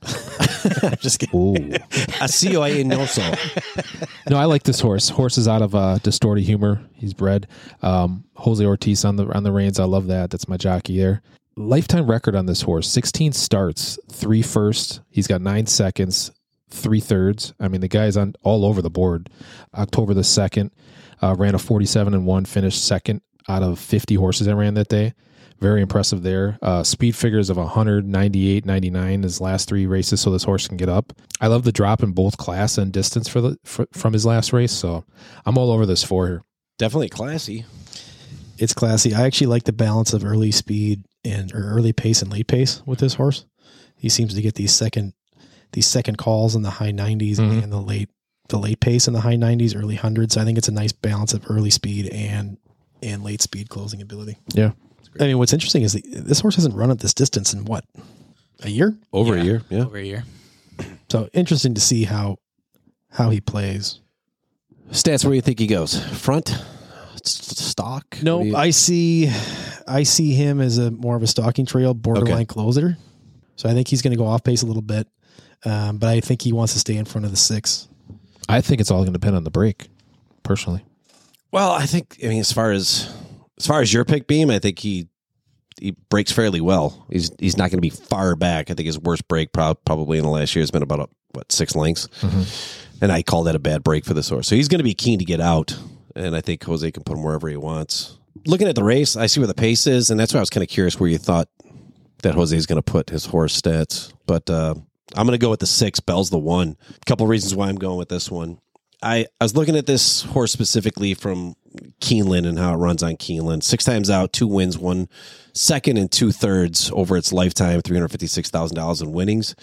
Speaker 3: Just kidding.
Speaker 2: Ooh.
Speaker 3: Asioa Inoso.
Speaker 2: No, I like this horse. Horse is out of uh, distorted humor. He's bred. Um, Jose Ortiz on the on the reins. I love that. That's my jockey there. Lifetime record on this horse: sixteen starts, three first. He's got nine seconds, three thirds. I mean, the guy's on all over the board. October the second, uh, ran a forty-seven and one, finished second out of fifty horses that ran that day. Very impressive there. Uh, speed figures of 198, 99 his last three races, so this horse can get up. I love the drop in both class and distance for the for, from his last race, so I'm all over this four here.
Speaker 3: Definitely classy.
Speaker 1: It's classy. I actually like the balance of early speed and or early pace and late pace with this horse. He seems to get these second these second calls in the high 90s
Speaker 2: Mhm.
Speaker 1: and the late the late pace in the high 90s, early 100s. I think it's a nice balance of early speed and and late speed closing ability.
Speaker 2: Yeah.
Speaker 1: I mean, what's interesting is the, this horse hasn't run at this distance in what a year.
Speaker 3: Over
Speaker 4: Yeah.
Speaker 3: a year. Yeah.
Speaker 4: Over a year.
Speaker 1: So interesting to see how how he plays.
Speaker 3: Stats, where do you think he goes? Front? S- Stock? What do you-
Speaker 1: I see, I see him as a more of a stalking trail, borderline
Speaker 3: Okay.
Speaker 1: closer. So I think he's going to go off pace a little bit, um, but I think he wants to stay in front of the six.
Speaker 2: I think it's all going to depend on the break, personally.
Speaker 3: Well, I think I mean as far as as far as your pick beam, I think he he breaks fairly well. He's he's not going to be far back. I think his worst break prob- probably in the last year has been about what six lengths, and I call that a bad break for this horse. So he's going to be keen to get out, and I think Jose can put him wherever he wants. Looking at the race, I see where the pace is, and that's why I was kind of curious where you thought that Jose is going to put his horse stats. But uh, I'm going to go with the six. Bell's the one. A couple reasons why I'm going with this one. I, I was looking at this horse specifically from Keeneland and how it runs on Keeneland. Six times out, two wins, one second and two thirds over its lifetime, $356,000 in winnings.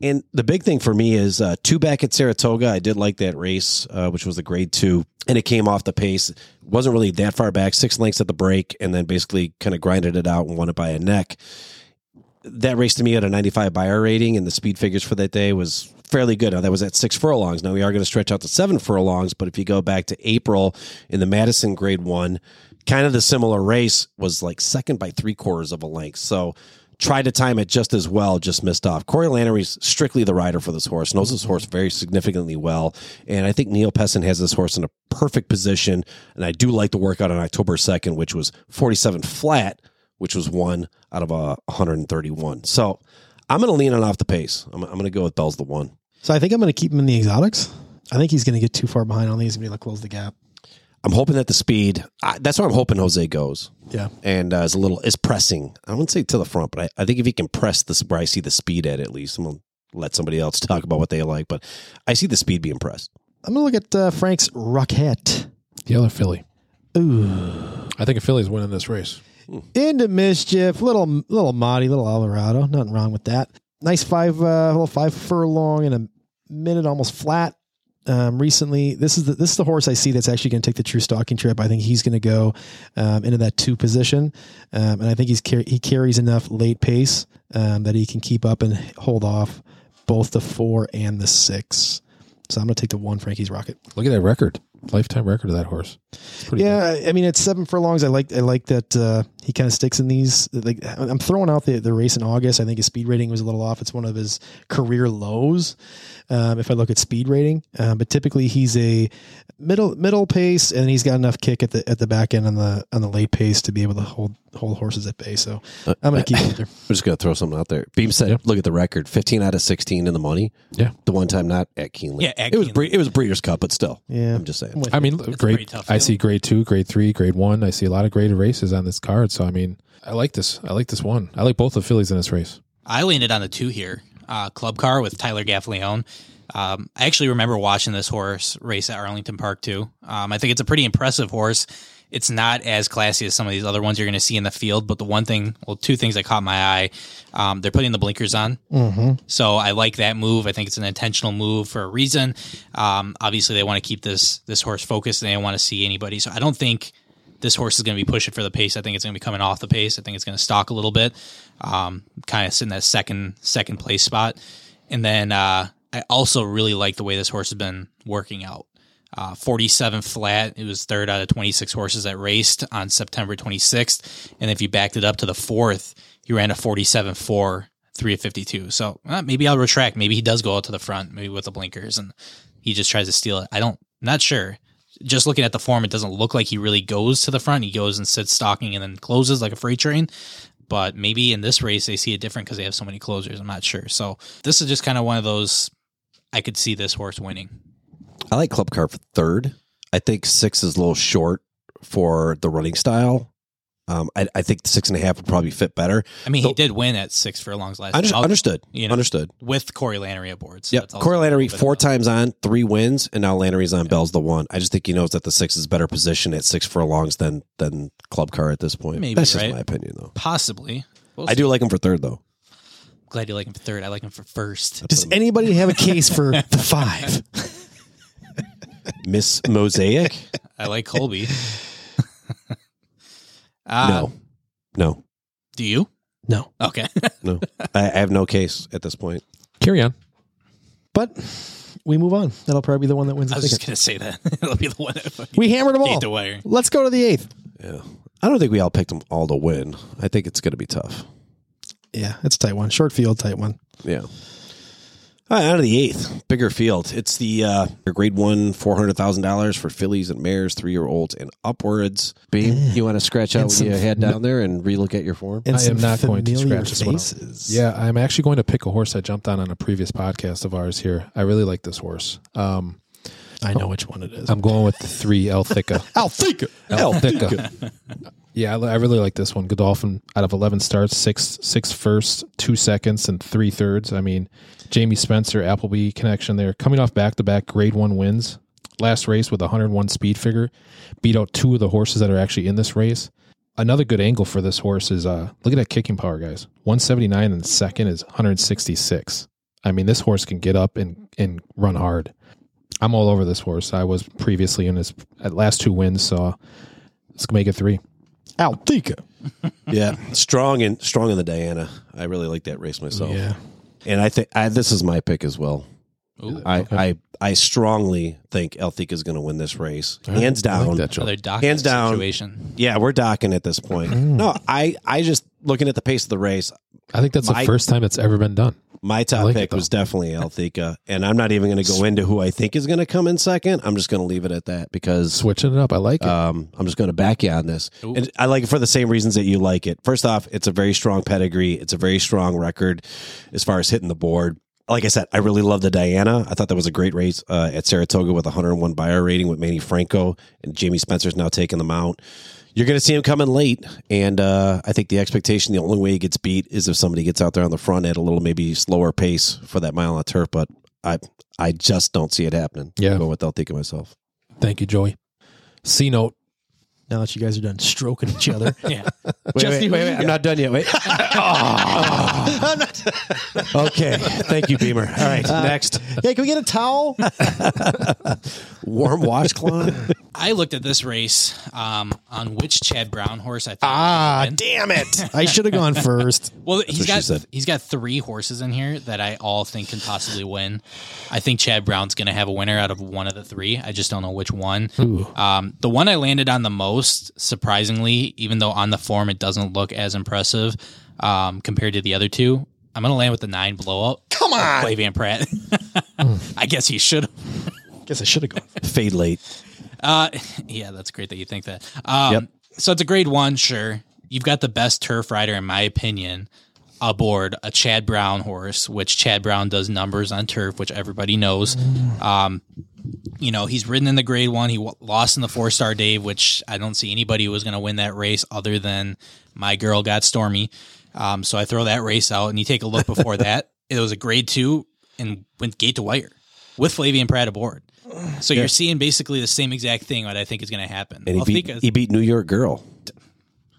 Speaker 3: And the big thing for me is uh, two back at Saratoga. I did like that race, uh, which was the grade two, and it came off the pace. Wasn't really that far back, six lengths at the break, and then basically kind of grinded it out and won it by a neck that race to me at a 95 buyer rating and the speed figures for that day was fairly good. Now that was at six furlongs. Now we are going to stretch out to seven furlongs, but if you go back to April in the Madison grade one, kind of the similar race was like second by three quarters of a length. So tried to time it just as well, just missed off. Corey Lannery's strictly the rider for this horse, knows this horse very significantly well. And I think Neil Pesson has this horse in a perfect position. And I do like the workout on October 2nd, which was 47 flat which was one out of uh, 131. So I'm going to lean on off the pace. I'm, I'm going to go with Bell's the one.
Speaker 1: So I think I'm going to keep him in the exotics. I think he's going to get too far behind on these and be able to close the gap.
Speaker 3: I'm hoping that the speed, I, that's where I'm hoping Jose goes.
Speaker 1: Yeah.
Speaker 3: And uh, is a little, is pressing. I wouldn't say to the front, but I, I think if he can press this, where I see the speed at, at least, I'm going to let somebody else talk about what they like, but I see the speed being pressed.
Speaker 1: I'm going to look at uh, Frank's Rockette.
Speaker 2: The other Philly.
Speaker 1: Ooh,
Speaker 2: I think a Philly's winning this race.
Speaker 1: into mischief, little little Marty, little Alvarado. Nothing wrong with that. Nice five, uh, little five furlong in a minute, almost flat. Um, recently, this is the this is the horse I see that's actually going to take the true stalking trip. I think he's going to go um, into that two position, um, and I think he's car- he carries enough late pace um, that he can keep up and hold off both the four and the six. So I'm going to take the one Frankie's Rocket.
Speaker 2: Look at that record. Lifetime record of that horse. It's pretty good.
Speaker 1: Yeah, I I mean it's seven furlongs. I like I like that uh, he kind of sticks in these. Like I'm throwing out the, the race in August. I think his speed rating was a little off. It's one of his career lows. Um, if I look at speed rating, um, but typically he's a middle middle pace, and he's got enough kick at the at the back end on the on the late pace to be able to hold hold horses at bay. So
Speaker 4: Uh,
Speaker 1: I'm gonna keep it there.
Speaker 3: I'm just going to throw something out there. Beam said, look at the record 15 out of 16 in the money.
Speaker 2: Yeah.
Speaker 3: The one time not at Keeneland.
Speaker 4: Yeah, at
Speaker 3: it was
Speaker 4: Keeneland.
Speaker 3: bre- it was Breeders' Cup, but still.
Speaker 1: Yeah.
Speaker 3: I'm just saying. understand.
Speaker 2: I mean,
Speaker 4: a pretty
Speaker 2: grade.
Speaker 4: tough
Speaker 2: I
Speaker 4: field.
Speaker 2: see grade two, grade three, grade one. I see a lot of graded races on this card. So I mean, I like this. I like this one. I like both the fillies in this race.
Speaker 4: I landed on the two here, uh, club car with Tyler Gaffleone. Um, I actually remember watching this horse race at Arlington Park too. Um, I think it's a pretty impressive horse. It's not as classy as some of these other ones you're going to see in the field, but the one thing, well, two things that caught my eye, um, they're putting the blinkers on. So I like that move. I think it's an intentional move for a reason. Um, obviously, they want to keep this this horse focused. and They don't want to see anybody. So I don't think this horse is going to be pushing for the pace. I think it's going to be coming off the pace. I think it's going to stalk a little bit, um, kind of sit in that second second place spot. And then uh, I also really like the way this horse has been working out. Uh, 47 flat. It was third out of 26 horses that raced on September 26th. And if you backed it up to the fourth, he ran a 47 4, 3 of 52. So uh, maybe I'll retract. Maybe he does go out to the front, maybe with the blinkers, and he just tries to steal it. I don't, not sure. Just looking at the form, it doesn't look like he really goes to the front. He goes and sits stalking and then closes like a freight train. But maybe in this race, they see it different because they have so many closers. I'm not sure. So this is just kind of one of those I could see this horse winning.
Speaker 3: I like Club Car for third. I think six is a little short for the running style. Um, I, I think six and a half would probably fit better.
Speaker 4: I mean,
Speaker 3: So-
Speaker 4: he did win at six furlongs last
Speaker 3: I under-
Speaker 4: year. I'll-
Speaker 3: understood.
Speaker 4: you know,
Speaker 3: Understood.
Speaker 4: with Corey Lannery aboard. So
Speaker 3: Yeah,
Speaker 4: that's also
Speaker 3: Corey
Speaker 4: a little
Speaker 3: Lannery
Speaker 4: bit
Speaker 3: four
Speaker 4: of a-
Speaker 3: times on, three wins, and now Lannery's on. Bell's the one. I just think he knows that the six is better position at six furlongs than than Club Car at this point.
Speaker 4: Maybe,
Speaker 3: That's
Speaker 4: right?
Speaker 3: just my opinion, though.
Speaker 4: Possibly. We'll
Speaker 3: I do like him for third, though.
Speaker 4: Glad you like him for third. I like him for first.
Speaker 1: Does anybody have a case for the five?
Speaker 3: Miss Mosaic.
Speaker 4: I like Colby. uh,
Speaker 3: no, no,
Speaker 4: Do you?
Speaker 1: No.
Speaker 4: Okay.
Speaker 3: no. I, I have no case at this point.
Speaker 2: Carry on.
Speaker 1: But we move on. That'll probably be the one that wins
Speaker 4: I
Speaker 1: the
Speaker 4: was just
Speaker 1: ticket.
Speaker 4: gonna say that. It'll be the one that fucking
Speaker 1: We hammered them
Speaker 4: gate
Speaker 1: all.
Speaker 4: the wire.
Speaker 1: Let's go to the eighth.
Speaker 3: Yeah, I don't think we all picked them all to win. I think it's going to be tough.
Speaker 1: Yeah, it's a tight one. Short field, tight one.
Speaker 3: Yeah. All right, out of the eighth, bigger field. It's the uh, grade one, four hundred thousand dollars for fillies and mares, three year olds and upwards. Beam, you want to scratch out what
Speaker 1: some
Speaker 3: you had down there and relook at your form?
Speaker 1: And
Speaker 2: I am not going to
Speaker 1: familiar
Speaker 2: scratch this one out.
Speaker 1: faces.
Speaker 2: Yeah, I'm actually going to pick a horse I jumped on on a previous podcast of ours here. I really like this horse. Um,
Speaker 1: I know which one it is.
Speaker 2: I'm going with the three El Thica.
Speaker 1: I'll think it.
Speaker 2: El Thica. Yeah, I, li- I really like this one. Godolphin out of eleven starts, six six first, two seconds, and three thirds. I mean, Jamie Spencer, Appleby connection there, coming off back to back grade one wins. Last race with 101 speed figure, beat out two of the horses that are actually in this race. Another good angle for this horse is uh look at that kicking power, guys. 179 and second is 166. I mean, this horse can get up and and run hard. I'm all over this horse. I was previously in his at last two wins, so let's make it three.
Speaker 1: I'll think it.
Speaker 3: yeah, strong and strong in the Diana. I really like that race
Speaker 2: Oh,
Speaker 3: myself.
Speaker 1: Yeah.
Speaker 3: and I think I, this is my pick as well.
Speaker 4: Ooh,
Speaker 3: I I, I strongly think El Thica is going to win this race, hands
Speaker 2: I
Speaker 3: down.
Speaker 2: like that joke.
Speaker 4: another doc
Speaker 3: Hands down.
Speaker 4: situation.
Speaker 3: yeah, we're docking at this point. No, I I just looking at the pace of the race.
Speaker 2: I think that's
Speaker 3: My-
Speaker 2: the first time it's ever been done.
Speaker 3: My top
Speaker 2: like it,
Speaker 3: pick
Speaker 2: though.
Speaker 3: was definitely Altheka, and I'm not even going to go into who I think is going to come in second. I'm just going to leave it at that because
Speaker 2: Switching it up, I like it.
Speaker 3: um, I'm just going to back you on this. And I like it for the same reasons that you like it. First off, it's a very strong pedigree. It's a very strong record as far as hitting the board. Like I said, I really love the Diana. I thought that was a great race uh, at Saratoga with 101 buyer rating with Manny Franco and Jamie Spencer's now taking the mount. You're going to see him coming late, and uh, I think the expectation, the only way he gets beat is if somebody gets out there on the front at a little maybe slower pace for that mile on turf. But I, I just don't see it happening.
Speaker 2: Yeah.
Speaker 3: I'll go with Altheka myself.
Speaker 2: Thank you, Joey. C note.
Speaker 1: Now that you guys are done stroking each other,
Speaker 4: Yeah.
Speaker 3: Wait,
Speaker 1: Jesse, who
Speaker 3: wait, wait,
Speaker 1: you
Speaker 3: wait,
Speaker 1: got?
Speaker 3: I'm not done yet. Wait. Oh. okay. Thank you, Beamer. All right.
Speaker 2: Uh,
Speaker 3: next.
Speaker 1: hey, can we get a towel?
Speaker 3: Warm washcloth.
Speaker 4: I looked at this race um, on which Chad Brown horse I thought.
Speaker 1: ah,
Speaker 4: would win.
Speaker 1: damn it! I should have gone first.
Speaker 4: Well, he's
Speaker 3: what she
Speaker 4: got
Speaker 3: said.
Speaker 4: he's got three horses in here that I all think can possibly win. I think Chad Brown's going to have a winner out of one of the three. I just don't know which one. Um, the one I landed on the most, surprisingly, even though on the form it doesn't look as impressive um, compared to the other two, I'm going to land with the nine blowout. Come on, Clay Van Pratt.
Speaker 3: Hmm.
Speaker 4: I guess he should.
Speaker 1: Guess I should have gone.
Speaker 3: Fade late.
Speaker 4: Uh, yeah, that's great that you think that. Um,
Speaker 3: Yep.
Speaker 4: So it's a grade one, sure. You've got the best turf rider, in my opinion, aboard a Chad Brown horse, which Chad Brown does numbers on turf, which everybody knows. Um, you know, he's ridden in the grade one. He w- lost in the four star Dave, which I don't see anybody who was going to win that race other than my girl got stormy. Um, so I throw that race out and you take a look before that. It was a grade two and went gate to wire with Flavian Pratt aboard. So you're seeing basically the same exact thing that I think is going to happen.
Speaker 3: And he
Speaker 4: I'll
Speaker 3: beat,
Speaker 4: think of-
Speaker 3: he beat New York Girl.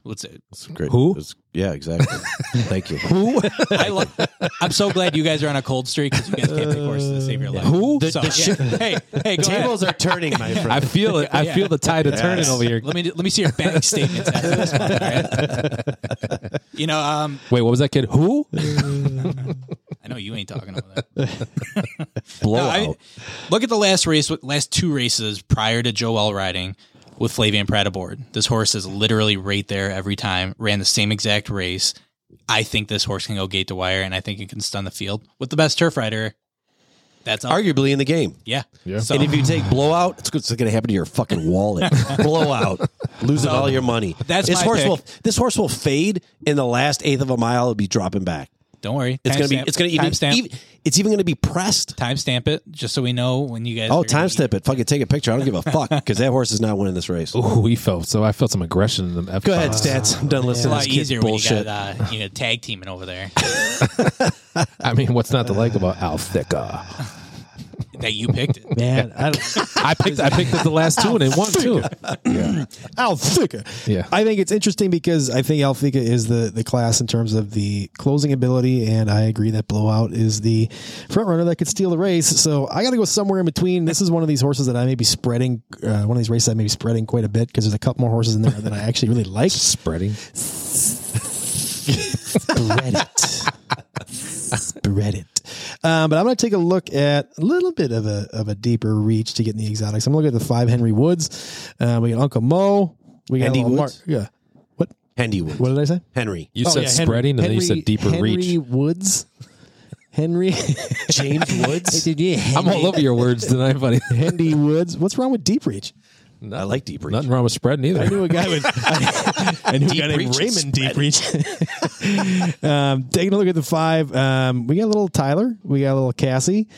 Speaker 4: let's see.
Speaker 3: It's great.
Speaker 2: Who?
Speaker 3: It's- yeah, exactly. Thank you. Who?
Speaker 4: I lo- I'm so glad you guys are on a cold streak because you guys can't pick horses to save your life. Who? So, yeah. Hey, hey, go ahead.
Speaker 6: Tables are turning, my friend.
Speaker 2: I feel it. I feel the tide of turning over here.
Speaker 4: Let me let me see your bank statements. After this one, all right? You know, um,
Speaker 2: Wait, what was that kid? Who?
Speaker 4: I know you ain't talking about that. No,
Speaker 3: Blowout.
Speaker 4: I- look at the last race, last two races prior to Joel riding with Flavian Pratt aboard. This horse is literally right there every time. Ran the same exact race. I think this horse can go gate to wire, and I think it can stun the field with the best turf rider. That's all.
Speaker 3: Arguably in the game.
Speaker 4: yeah.
Speaker 2: Yeah.
Speaker 4: So,
Speaker 3: And if you take blowout, it's, going to happen to your fucking wallet. blowout, losing all your money.
Speaker 4: That's
Speaker 3: this
Speaker 4: my
Speaker 3: horse
Speaker 4: pick.
Speaker 3: will. This horse will fade in the last eighth of a mile. It'll be dropping back.
Speaker 4: don't worry.
Speaker 3: It's going to be.
Speaker 4: Timestamp.
Speaker 3: It's going to even,
Speaker 4: Timestamp.
Speaker 3: even. It's even going to be pressed.
Speaker 4: timestamp it just so we know when you guys.
Speaker 3: Oh,
Speaker 4: are gonna
Speaker 3: time
Speaker 4: eat.
Speaker 3: step it. Fucking take a picture. I don't give a fuck because that horse is not winning this race.
Speaker 2: Ooh, he felt so. I felt some aggression in the.
Speaker 3: Go ahead, stats. I'm done
Speaker 4: It's a
Speaker 3: listening
Speaker 4: lot
Speaker 3: to this
Speaker 4: easier
Speaker 3: kid's
Speaker 4: when
Speaker 3: bullshit.
Speaker 4: you got uh, you know tag teaming over there
Speaker 2: I mean, what's not to like about Al Thicka?
Speaker 4: that you picked it.
Speaker 6: Man, I don't,
Speaker 2: I picked. I picked up the last two and it won too.
Speaker 1: Alfica.
Speaker 2: Yeah.
Speaker 1: I think it's interesting because I think Alfica is the, the class in terms of the closing ability, and I agree that blowout is the front runner that could steal the race. So I got to go somewhere in between. This is one of these horses that I may be spreading, uh, one of these races I may be spreading quite a bit because there's a couple more horses in there that I actually really like.
Speaker 2: Spreading.
Speaker 1: Spread it. Spread it. Um, but I'm going to take a look at a little bit of a of a deeper reach to get in the exotics. I'm going to look at the five Henry Woods. Uh, we got Uncle Mo. We got
Speaker 3: Hendy
Speaker 1: a little
Speaker 3: Woods?
Speaker 1: Yeah. What?
Speaker 3: Hendy Woods.
Speaker 1: What did I say?
Speaker 3: Henry.
Speaker 2: You
Speaker 1: Oh,
Speaker 2: said
Speaker 1: yeah, Henry-
Speaker 2: spreading, and then you said
Speaker 1: Henry-
Speaker 2: deeper
Speaker 1: Henry
Speaker 2: reach.
Speaker 1: Woods. Henry.
Speaker 3: James Woods.
Speaker 2: I'm all over your words tonight, buddy.
Speaker 1: Hendy Woods. What's wrong with deep reach?
Speaker 3: I like deep reach.
Speaker 2: Nothing wrong with spreading either.
Speaker 1: I knew a guy with. I, knew a guy named
Speaker 3: reach is
Speaker 1: Raymond Deep Reach. um, taking a look at the five, um, we got a little Tyler, we got a little Cassie,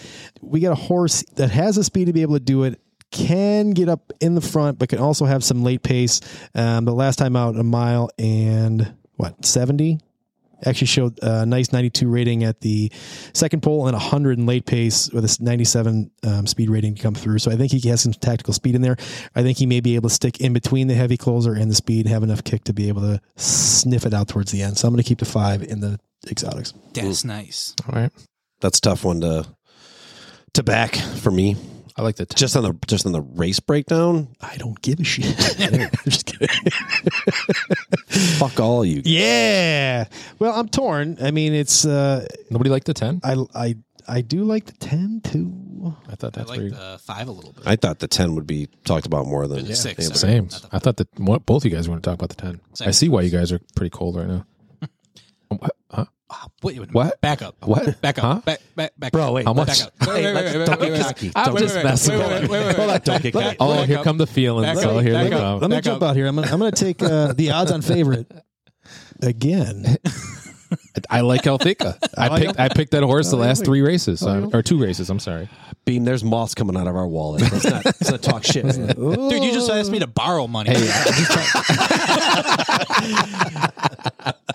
Speaker 1: we got a horse that has the speed to be able to do it. Can get up in the front, but can also have some late pace. Um, the last time out, a mile and what seventy actually showed a nice 92 rating at the second pole and 100 in late pace with a 97 um, speed rating to come through. So I think he has some tactical speed in there. I think he may be able to stick in between the heavy closer and the speed, have enough kick to be able to sniff it out towards the end. So I'm going to keep the five in the exotics.
Speaker 4: That's nice.
Speaker 2: All right.
Speaker 3: That's a tough one to to back for me.
Speaker 2: I like the. T-
Speaker 3: Just on the just on the race breakdown.
Speaker 1: I don't give a shit. I'm just kidding.
Speaker 3: Fuck all you.
Speaker 1: Yeah. Well, I'm torn. I mean, it's uh,
Speaker 2: Nobody liked the ten.
Speaker 1: I I I do like the 10 too.
Speaker 2: I thought that's
Speaker 4: I like
Speaker 2: weird.
Speaker 4: the five a little bit.
Speaker 3: I thought the ten would be talked about more than
Speaker 4: The six. sorry.
Speaker 2: Same.
Speaker 4: Not the-
Speaker 2: I thought that what, both you guys were going to talk about the ten.
Speaker 4: Same.
Speaker 2: I see why you guys are pretty cold right now. What? Huh?
Speaker 4: Ah, wait, wait,
Speaker 2: What?
Speaker 4: Back up.
Speaker 2: What?
Speaker 4: Back up.
Speaker 2: Huh?
Speaker 4: Back, back, back
Speaker 6: Bro,
Speaker 4: up.
Speaker 6: wait.
Speaker 2: How much?
Speaker 4: Back up.
Speaker 6: Hey, let's- don't get cocky. Don't
Speaker 4: wait,
Speaker 6: just
Speaker 4: wait,
Speaker 6: mess
Speaker 4: wait,
Speaker 6: with
Speaker 4: wait,
Speaker 6: it.
Speaker 4: wait, wait, wait,
Speaker 6: Hold on,
Speaker 4: wait.
Speaker 6: don't get
Speaker 4: Let me-
Speaker 6: cocky.
Speaker 2: Oh,
Speaker 4: back
Speaker 2: here
Speaker 4: up.
Speaker 2: come the feelings.
Speaker 4: Back
Speaker 2: oh,
Speaker 4: up.
Speaker 2: here they
Speaker 4: Back up.
Speaker 2: come.
Speaker 1: Let me
Speaker 4: Back
Speaker 1: jump
Speaker 4: up.
Speaker 1: out here. I'm gonna, I'm going to take uh, the odds on favorite again.
Speaker 2: I like Alfica. I picked. I picked that horse the last three races, so I'm- or two races. I'm sorry.
Speaker 3: Beam, there's moths coming out of our wallet. Let's not, let's not talk shit. man.
Speaker 4: Dude, you just asked me to borrow money.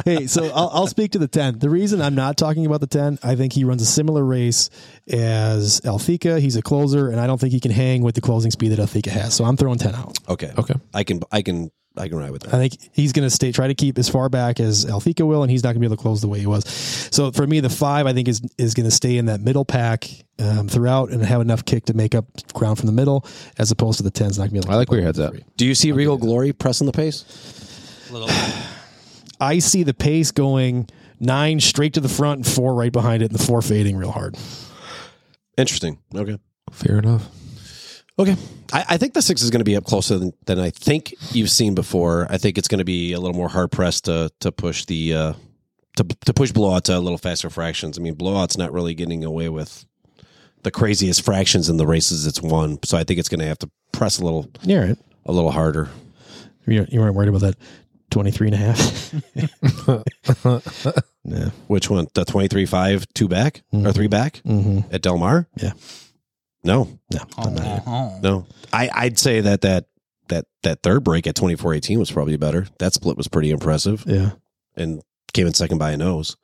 Speaker 1: hey, so I'll, I'll speak to the 10. The reason I'm not talking about the 10, I think he runs a similar race as Alfica. He's a closer, and I don't think he can hang with the closing speed that Alfica has. So I'm throwing 10 out.
Speaker 3: Okay.
Speaker 2: Okay.
Speaker 3: I can I can I can ride with
Speaker 1: I
Speaker 3: that.
Speaker 1: think he's going to stay, try to keep as far back as Alfica will, and he's not going to be able to close the way he was. So for me, the five, I think, is is going to stay in that middle pack um, throughout and have enough kick to make up ground from the middle, as opposed to the 10's not going to be able
Speaker 2: I
Speaker 1: to.
Speaker 2: like where your head's at.
Speaker 3: Do you see Regal Glory pressing the pace?
Speaker 4: Little-
Speaker 1: I see the pace going nine straight to the front and four right behind it, and the four fading real hard.
Speaker 3: Interesting. Okay.
Speaker 2: Fair enough.
Speaker 3: Okay. I, I think the six is going to be up closer than, than I think you've seen before. I think it's going to be a little more hard pressed to to push the uh, to to push blowout to a little faster fractions. I mean, blowout's not really getting away with the craziest fractions in the races it's won. So I think it's going to have to press a little
Speaker 1: Yeah, right.
Speaker 3: a little harder.
Speaker 1: You, you weren't worried about that 23 and a half. Yeah.
Speaker 3: Which one? The 23.5 two back or three back
Speaker 1: Mm-hmm.
Speaker 3: at Del Mar?
Speaker 1: Yeah.
Speaker 3: No,
Speaker 1: No,
Speaker 4: Oh,
Speaker 1: I'm not.
Speaker 4: oh.
Speaker 3: no. I, I'd say that that that that third break at 24.18 was probably better. That split was pretty impressive
Speaker 1: Yeah.
Speaker 3: and came in second by a nose.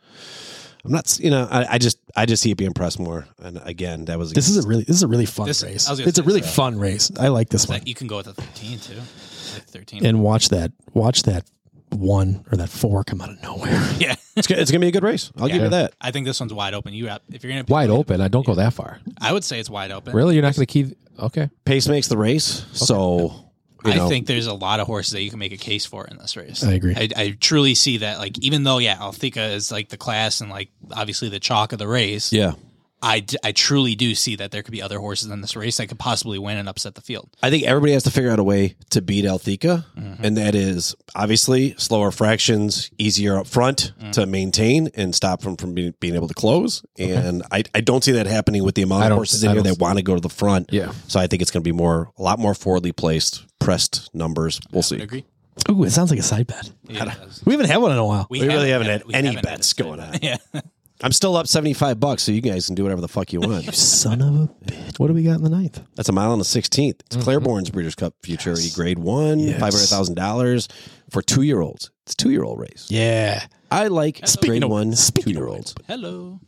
Speaker 3: I'm not, s- you know, I, I just I just see it being pressed more. And again, that was
Speaker 1: This is a really this is a really fun
Speaker 4: This-
Speaker 1: race.
Speaker 4: I was gonna
Speaker 1: It's a
Speaker 4: say,
Speaker 1: really
Speaker 4: so-
Speaker 1: fun race. I like this
Speaker 4: It's
Speaker 1: one.
Speaker 4: like you can go with a 13 too. Like 13.
Speaker 1: And watch that watch that one or that four come out of nowhere.
Speaker 4: yeah.
Speaker 3: it's, go- it's gonna be a good race. I'll give
Speaker 4: Yeah.
Speaker 3: you that.
Speaker 4: I think this one's wide open. You have- if you're going to
Speaker 2: Wide open. I don't go that far.
Speaker 4: I would say it's wide open.
Speaker 2: Really, you're not going to keep. Okay.
Speaker 3: Pace makes the race, so you know,
Speaker 4: I think there's a lot of horses that you can make a case for in this race.
Speaker 1: I agree.
Speaker 4: I, I truly see that. Like, even though, yeah, Althika is like the class and like obviously the chalk of the race,
Speaker 3: yeah.
Speaker 4: I, d- I truly do see that there could be other horses in this race that could possibly win and upset the field.
Speaker 3: I think everybody has to figure out a way to beat Altheka,
Speaker 4: Mm-hmm.
Speaker 3: and that is obviously slower fractions, easier up front
Speaker 4: Mm.
Speaker 3: to maintain and stop them from being, being able to close. And I, I don't see that happening with the amount
Speaker 2: I
Speaker 3: of
Speaker 2: don't-
Speaker 3: horses in
Speaker 2: I
Speaker 3: here
Speaker 2: don't-
Speaker 3: that want to go to the front.
Speaker 2: Yeah.
Speaker 3: So I think it's going to be more a lot more forwardly placed, pressed numbers. We'll see.
Speaker 4: Agree?
Speaker 1: Ooh, it sounds like a side bet.
Speaker 4: Yeah, it does.
Speaker 1: We haven't had one in a while.
Speaker 3: We really haven't
Speaker 4: had-
Speaker 3: had
Speaker 4: we
Speaker 3: any
Speaker 4: haven't had
Speaker 3: bets
Speaker 4: a side
Speaker 3: going
Speaker 4: bet.
Speaker 3: on.
Speaker 4: Yeah.
Speaker 3: I'm still up seventy five bucks, so you guys can do whatever the fuck you want.
Speaker 1: Son of a bitch. What do we got in the ninth?
Speaker 4: Uh,
Speaker 3: That's a mile and a sixteenth. It's Claiborne's Breeders' Cup Futurity Grade One,
Speaker 1: Yes.
Speaker 3: five hundred thousand dollars for two year olds. It's a two year old race.
Speaker 1: Yeah.
Speaker 3: I like grade
Speaker 1: of-
Speaker 3: one two
Speaker 1: speaking of
Speaker 3: year olds.
Speaker 4: Hello.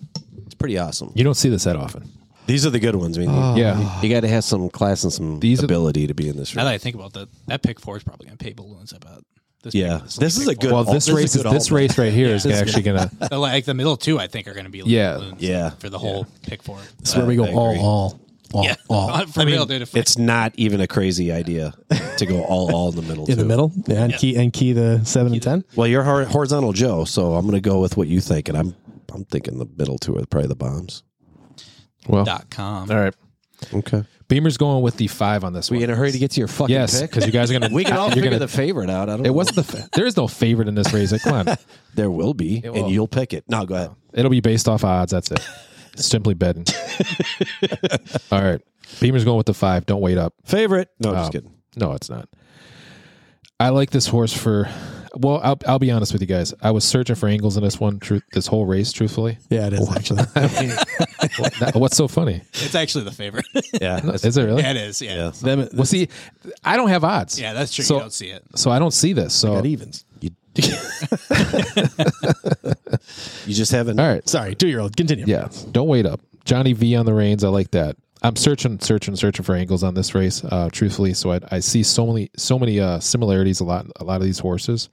Speaker 3: It's pretty awesome.
Speaker 2: You don't see this that often.
Speaker 3: These are the good ones. I mean,
Speaker 2: yeah.
Speaker 3: you got to have some class and some
Speaker 2: Ah. These are-
Speaker 3: ability to be in this
Speaker 4: Now
Speaker 3: race.
Speaker 4: that I think about that, that pick four is probably going to pay balloons about this. pick-
Speaker 3: Yeah, Oh,
Speaker 4: will
Speaker 3: this
Speaker 4: be
Speaker 3: is a
Speaker 4: pick
Speaker 3: good.
Speaker 2: Well,
Speaker 3: all-
Speaker 2: this race
Speaker 3: a
Speaker 2: is
Speaker 3: good
Speaker 2: this
Speaker 3: all-
Speaker 2: race right here is actually going to.
Speaker 4: four. Like the middle two, I think are going to be like
Speaker 2: Yeah.
Speaker 4: balloons
Speaker 3: Yeah.
Speaker 4: for the whole pick four.
Speaker 1: That's where we go
Speaker 3: I
Speaker 1: all,
Speaker 3: agree.
Speaker 1: all, all,
Speaker 4: yeah,
Speaker 1: all.
Speaker 4: for real, dude. If,
Speaker 3: It's not even a crazy idea to go all all in the middle.
Speaker 1: In the
Speaker 3: too.
Speaker 1: middle. Yeah, and key and key the seven and ten.
Speaker 3: Well, you're hor- horizontal Joe, so I'm going to go with what you think, and I'm I'm thinking the middle two are probably the bombs.
Speaker 2: Well,
Speaker 4: dot com.
Speaker 2: all right.
Speaker 3: Okay.
Speaker 2: Beamer's going with the five on this
Speaker 3: We
Speaker 2: one.
Speaker 3: in a hurry to get to your fucking
Speaker 2: yes,
Speaker 3: pick?
Speaker 2: because you guys are going to.
Speaker 3: we can all
Speaker 2: you're
Speaker 3: figure
Speaker 2: gonna,
Speaker 3: the favorite out. I don't.
Speaker 2: It
Speaker 3: know.
Speaker 2: wasn't the. Fa- there is no favorite in this race. Like, come on.
Speaker 3: There will Oh. be,
Speaker 2: will.
Speaker 3: and you'll pick it. No, go ahead.
Speaker 2: It'll be based off odds. That's it. Simply betting. All right. Beamer's going with the five. Don't wait up.
Speaker 3: Favorite? No,
Speaker 2: Um,
Speaker 3: just kidding.
Speaker 2: No, it's not. I like this horse for. Well, I'll, I'll be honest with you guys. I was searching for angles in this one, truth, this whole race, truthfully.
Speaker 1: Yeah, it is actually.
Speaker 2: That- what's so funny?
Speaker 4: It's actually the favorite.
Speaker 3: Yeah.
Speaker 2: Is it really?
Speaker 4: yeah, it is. Yeah. yeah.
Speaker 1: Them
Speaker 2: Well, see, I don't have odds.
Speaker 4: that's true.
Speaker 2: So-
Speaker 4: you don't see it.
Speaker 2: So I don't see this. So
Speaker 1: that evens.
Speaker 3: you just haven't.
Speaker 2: all right.
Speaker 1: Sorry, two year old. Continue.
Speaker 2: Yeah. Don't wait up. Johnny V on the reins. I like that. I'm searching, searching, searching for angles on this race. Uh, truthfully, so I, I see so many, so many uh, similarities. A lot, a lot of these horses.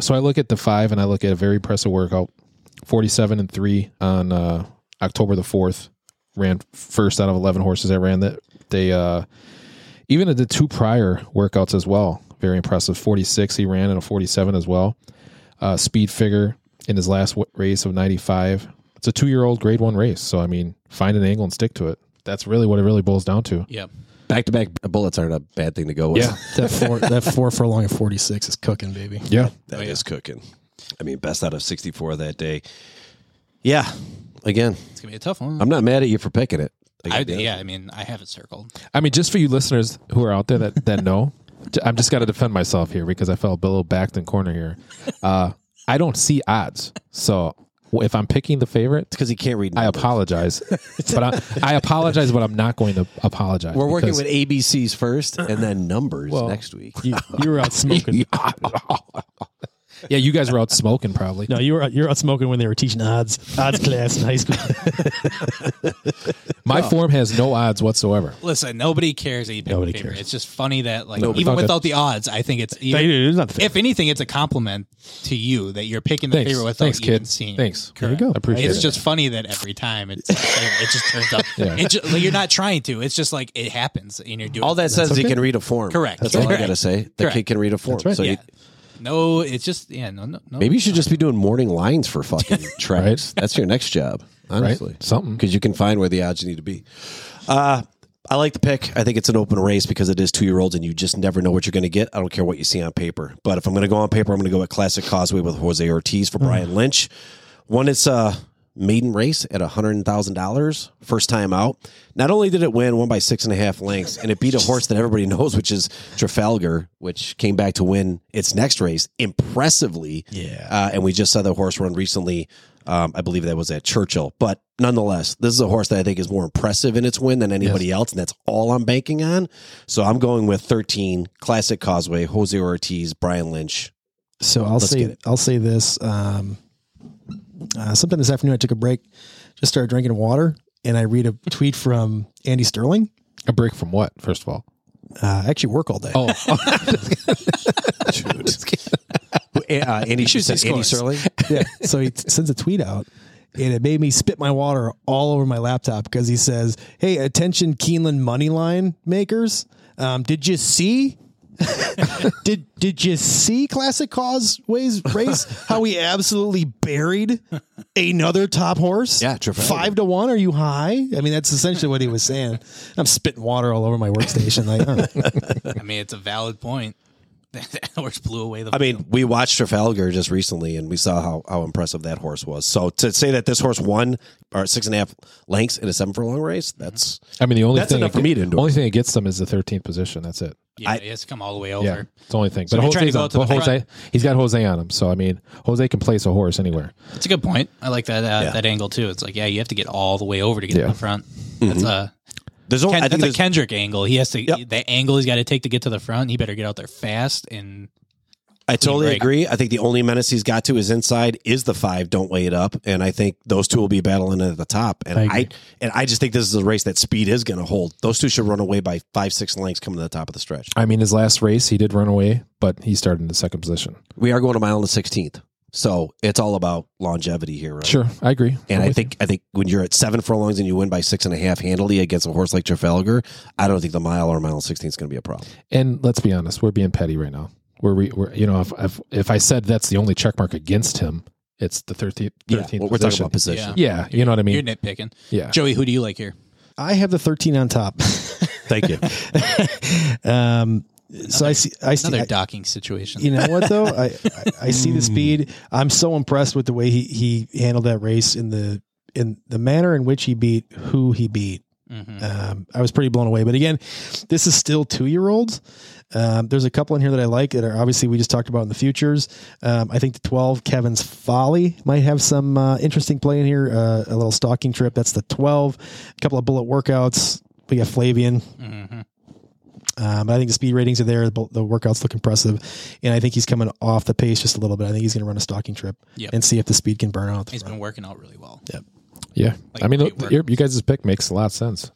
Speaker 2: So I look at the five, and I look at a very impressive workout. Forty-seven and three on uh, October the fourth. Ran first out of eleven horses that ran that. They uh, even at the two prior workouts as well. Very impressive. Forty-six he ran and a forty-seven as well uh, speed figure in his last w- race of 95. It's a two year old grade one race. So, I mean, find an angle and stick to it. That's really what it really boils down to.
Speaker 4: Yep.
Speaker 3: Back to back bullets aren't a bad thing to go with.
Speaker 2: Yeah.
Speaker 1: That four that four furlong at forty six is cooking, baby.
Speaker 2: Yeah.
Speaker 3: that is cooking. I mean, best out of 64 that day. Yeah. Again,
Speaker 4: It's going to be a tough one.
Speaker 3: I'm not mad at you for picking it. I
Speaker 4: I,
Speaker 3: gotta be
Speaker 4: yeah,
Speaker 3: honest.
Speaker 4: I mean, I have it circled.
Speaker 2: I mean, just for you listeners who are out there that, that know, j- I'm just got to defend myself here because I fell below backed in corner here. Uh, I don't see odds. So, if I'm picking the favorite,
Speaker 3: It's because he can't read.
Speaker 2: I
Speaker 3: numbers.
Speaker 2: apologize. but I, I apologize, but I'm not going to apologize.
Speaker 3: We're working
Speaker 2: because-
Speaker 3: with ABCs first and then numbers
Speaker 2: Well,
Speaker 3: next week.
Speaker 1: You, you were out smoking.
Speaker 2: Yeah, you guys were out smoking probably.
Speaker 1: no, you were out, you were out smoking when they were teaching odds odds class in high school.
Speaker 2: My form has no odds whatsoever.
Speaker 4: Listen, nobody cares that you pick
Speaker 1: Nobody
Speaker 4: the favorite.
Speaker 1: cares.
Speaker 4: It's just funny that, like,
Speaker 2: Nobody.
Speaker 4: even
Speaker 2: Okay.
Speaker 4: without the odds, I think it's even,
Speaker 1: It's not fair.
Speaker 4: if anything, it's a compliment to you that you're picking the
Speaker 2: Thanks.
Speaker 4: favorite without
Speaker 2: Thanks,
Speaker 4: even
Speaker 2: kid.
Speaker 4: seeing. it.
Speaker 2: Thanks.
Speaker 1: There you
Speaker 4: Correct.
Speaker 1: go.
Speaker 2: appreciate
Speaker 4: It's
Speaker 2: it.
Speaker 4: just funny that every time it's it just turns up.
Speaker 2: Yeah.
Speaker 4: It just, like you're not trying to. It's just like it happens, and you're doing
Speaker 3: All that says he
Speaker 2: okay.
Speaker 3: can read a form.
Speaker 4: Correct.
Speaker 3: That's all I
Speaker 4: Correct.
Speaker 3: got to say. The
Speaker 4: Correct.
Speaker 3: kid can read a form. So
Speaker 4: Yeah.
Speaker 3: you-
Speaker 4: No, it's just yeah. No, no, no.
Speaker 3: maybe you should just be doing morning lines for fucking tracks. That's your next job, honestly.
Speaker 2: Something.
Speaker 3: because you can find where the odds you need to be. Uh, I like the pick. I think it's an open race because it is two year olds and you just never know what you're going to get. I don't care what you see on paper. But if I'm going to go on paper, I'm going to go at Classic Causeway with Jose Ortiz
Speaker 4: Mm.
Speaker 3: for Brian Lynch. Won its uh, maiden race at $100,000, first time out. Not only did it win, won by six and a half lengths, and it beat a horse that everybody knows, which is Trafalgar, which came back to win its next race impressively.
Speaker 1: Yeah.
Speaker 3: Uh, and we just saw the horse run recently Um, I believe that was at Churchill. But nonetheless, this is a horse that I think is more impressive in its win than anybody else, and that's all I'm banking on. So I'm going with 13 Classic Causeway, Jose Ortiz, Brian Lynch.
Speaker 1: So I'll
Speaker 3: Let's get
Speaker 1: say
Speaker 3: it.
Speaker 1: I'll say this. Um, uh, sometime this afternoon, I took a break, just started drinking water, and I read a tweet from Andy Sterling.
Speaker 2: A break from what? First of all,
Speaker 1: Uh, I actually work all day.
Speaker 2: oh,
Speaker 3: Uh, Andy, you said Andy Sterling.
Speaker 1: yeah. So he t- sends a tweet out, and it made me spit my water all over my laptop because he says, "Hey, attention, Keeneland money line makers! Um, did you see? did did you see Classic Causeways race? How we absolutely buried another top horse?
Speaker 3: Yeah, Trafalgar.
Speaker 1: five to one. Are you high? I mean, that's essentially what he was saying. I'm spitting water all over my workstation. Like, all right.
Speaker 4: I mean, it's a valid point. that horse blew away the.
Speaker 3: I mean, we watched Trafalgar just recently, and we saw how, how impressive that horse was. So to say that this horse won or six and a half lengths in a seven furlong race, that's
Speaker 2: I mean the only
Speaker 3: That's
Speaker 2: thing
Speaker 3: enough
Speaker 2: it
Speaker 3: for
Speaker 2: get-
Speaker 3: me to endorse.
Speaker 2: only thing it gets them is the 13th position. That's it.
Speaker 4: yeah,
Speaker 3: I-
Speaker 4: it has to come all the way
Speaker 2: Yeah,
Speaker 4: over.
Speaker 2: it's the only thing.
Speaker 4: So
Speaker 2: but
Speaker 4: you're trying to
Speaker 2: Jose's
Speaker 4: go
Speaker 2: on,
Speaker 4: up to the
Speaker 2: but Jose,
Speaker 4: front.
Speaker 2: he's got Jose on him. So I mean, Jose can place a horse anywhere.
Speaker 4: It's a good point. I like that uh, that angle too. It's like, yeah, you have to get all the way over to get
Speaker 2: Yeah.
Speaker 4: to the front. That's a
Speaker 3: there's only
Speaker 4: Ken,
Speaker 3: I think
Speaker 4: that's a
Speaker 3: there's,
Speaker 4: Kendrick angle. He has to the angle he's got to take to get to the front. He better get out there fast and
Speaker 3: I totally
Speaker 4: break.
Speaker 3: agree. I think the only menace he's got to is inside is the five. Don't weigh it up, and I think those two will be battling it at the top. And I, and I just think this is a race that speed is going to hold. Those two should run away by five six lengths coming to the top of the stretch.
Speaker 2: I mean, his last race he did run away, but he started in the second position.
Speaker 3: We are going a mile in the sixteenth, so it's all about longevity here. Right?
Speaker 2: Sure, I agree.
Speaker 3: And
Speaker 2: I'm
Speaker 3: I
Speaker 2: with
Speaker 3: think I think when you're at seven furlongs and you win by six and a half handily against a horse like Trafalgar, I don't think the mile or mile sixteen is going to be a problem.
Speaker 2: you. and let's be honest, we're being petty right now. We're, re, we're you know, if, if if I said that's the only check mark against him, it's the 13th, 13th
Speaker 3: Yeah,
Speaker 2: position.
Speaker 3: well, we're talking about position.
Speaker 2: yeah, you know what I
Speaker 4: you're
Speaker 2: mean.
Speaker 4: nitpicking.
Speaker 2: Yeah,
Speaker 4: Joey, who do you like here?
Speaker 1: I have the 13 on top.
Speaker 3: Thank you.
Speaker 1: um, so I see. I see.
Speaker 4: Another
Speaker 1: I-
Speaker 4: docking situation.
Speaker 1: You know what though? I, I I see the speed. I'm so impressed with the way he he handled that race in the in the manner in which he beat who he beat.
Speaker 4: Mhm.
Speaker 1: Um, I was pretty blown away. But again, this is still two year olds. Um, there's a couple in here that I like that are obviously we just talked about in the futures. Um, I think the 12 Kevin's Folly might have some uh, interesting play in here. Uh, a little stalking trip. That's the 12. A couple of bullet workouts. We got Flavian.
Speaker 4: Mhm.
Speaker 1: Um, I think the speed ratings are there. The, the workouts look impressive, and I think he's coming off the pace just a little bit. I think he's going to run a stalking trip
Speaker 4: Yep.
Speaker 1: and see if the speed can burn out. the
Speaker 4: He's
Speaker 1: front.
Speaker 4: been working out really well.
Speaker 2: yeah.
Speaker 4: Like,
Speaker 2: I mean,
Speaker 4: great work.
Speaker 2: your, you guys' pick makes a lot of sense.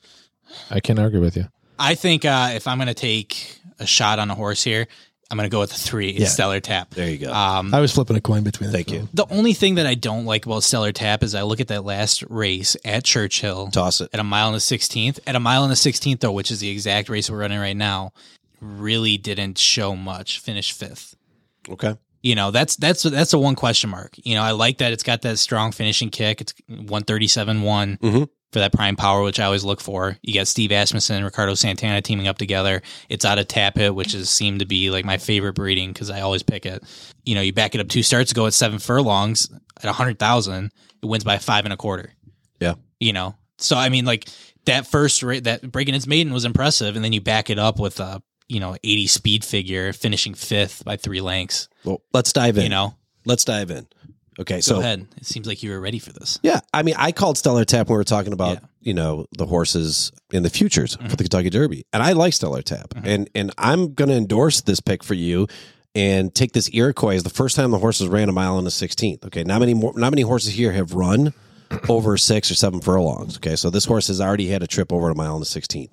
Speaker 2: I can't argue with you.
Speaker 4: I think uh, if I'm going to take a shot on a horse here, I'm going to go with the three. It's Stellar Tap.
Speaker 3: There you go.
Speaker 4: Um,
Speaker 1: I was flipping a coin between.
Speaker 3: Thank you.
Speaker 4: the only thing that I don't like about Stellar Tap is I look at that last race at Churchill.
Speaker 3: Toss it.
Speaker 4: at a mile and a sixteenth. At a mile and a sixteenth, though, which is the exact race we're running right now, really didn't show much. Finished fifth.
Speaker 3: Okay.
Speaker 4: You know, that's that's that's a one question mark. You know, I like that it's got that strong finishing kick. It's one thirty seven one
Speaker 3: Mhm.
Speaker 4: for that prime power, which I always look for. You got Steve Asmussen, Ricardo Santana teaming up together. It's out of tap hit, which is seemed to be like my favorite breeding because I always pick it. You know, you back it up two starts ago at seven furlongs at a hundred thousand, it wins by five and a quarter you know. So I mean, like that first rate that breaking its maiden was impressive, and then you back it up with a you know eighty speed figure finishing fifth by three lengths.
Speaker 3: Well, let's dive in.
Speaker 4: You know,
Speaker 3: Let's dive in. Okay.
Speaker 4: go
Speaker 3: so
Speaker 4: ahead. It seems like you were ready for this.
Speaker 3: Yeah, I mean, I called Stellar Tap when we were talking about
Speaker 4: Yeah.
Speaker 3: you know the horses in the futures for the Kentucky Derby, and I like Stellar Tap, and and I'm going to endorse this pick for you, and take this Iroquois as the first time the horses ran a mile in the 16th. Okay, not many more, not many horses here have run over six or seven furlongs. Okay, so this horse has already had a trip over a mile in the 16th.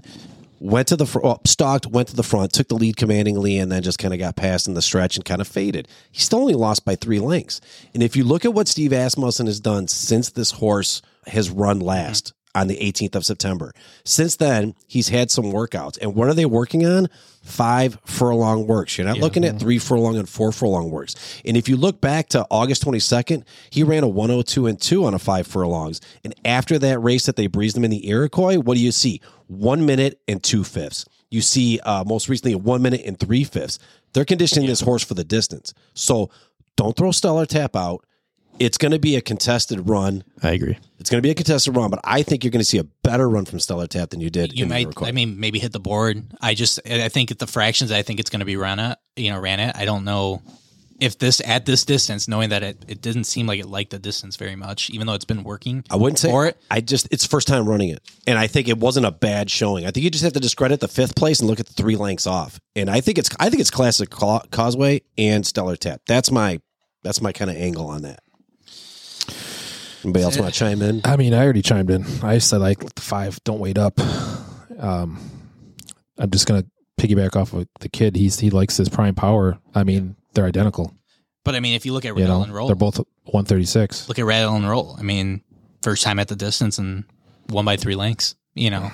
Speaker 3: Went to the fr- well, stalked, went to the front, took the lead commandingly, and then just kind of got passed in the stretch and kind of faded. He still only lost by three lengths. And if you look at what Steve Asmussen has done since this horse has run last on the 18th of September, since then he's had some workouts. And what are they working on? Five furlong works. You're not looking at three furlong and four furlong works. And if you look back to August 22nd, he ran a 102 and two on a five furlongs. And after that race that they breezed him in the Iroquois, what do you see? one minute and two fifths. You see, uh, most recently, a one minute and three fifths. They're conditioning this horse for the distance. So don't throw Stellar Tap out. It's going to be a contested run.
Speaker 1: I agree.
Speaker 3: It's going to be a contested run, but I think you're going to see a better run from Stellar Tap than you did.
Speaker 4: You
Speaker 3: in the
Speaker 4: might,
Speaker 3: Iroquois.
Speaker 4: I mean, maybe hit the board. I just, I think at the fractions, I think it's going to be ran at. You know, ran at. I don't know if this at this distance, knowing that it, it didn't seem like it liked the distance very much, even though it's been working.
Speaker 3: I wouldn't say
Speaker 4: for it.
Speaker 3: I just it's first time running it, and I think it wasn't a bad showing. I think you just have to discredit the fifth place and look at the three lengths off. And I think it's I think it's classic Ca- Causeway and Stellar Tap. That's my that's my kind of angle on that. Anybody else want to chime in?
Speaker 2: I mean, I already chimed in. I said like five. Don't wait up. Um, I'm just gonna piggyback off of the kid. He's he likes his prime power. I mean, they're identical.
Speaker 4: But I mean, if you look at
Speaker 2: You
Speaker 4: Rattle and
Speaker 2: know,
Speaker 4: Roll,
Speaker 2: they're both 136.
Speaker 4: look at Rattle and Roll. I mean, first time at the distance and one by three lengths. You know,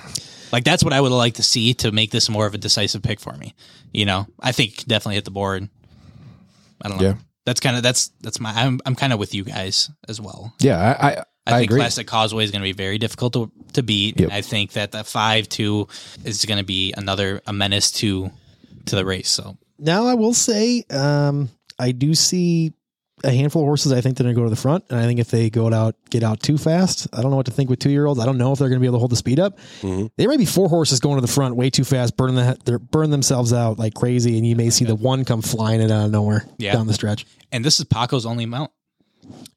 Speaker 4: like that's what I would like to see to make this more of a decisive pick for me. You know, I think it could definitely hit the board. I don't know.
Speaker 2: Yeah.
Speaker 4: That's kind of that's that's my I'm I'm kind of with you guys as well.
Speaker 2: Yeah, I I,
Speaker 4: I,
Speaker 2: I
Speaker 4: think
Speaker 2: agree.
Speaker 4: Classic Causeway is going to be very difficult to, to beat.
Speaker 2: Yep.
Speaker 4: I think that the five two is going to be another a menace to to the race. So
Speaker 1: Now I will say, um, I do see a handful of horses. I think they're going to go to the front, and I think if they go out, get out too fast, I don't know what to think with two year olds. I don't know if they're going to be able to hold the speed up. There may be four horses going to the front way too fast, burn the they're- burn themselves out like crazy, and you may see the one come flying in out of nowhere
Speaker 4: Yeah.
Speaker 1: down the stretch.
Speaker 4: and this is Paco's only mount,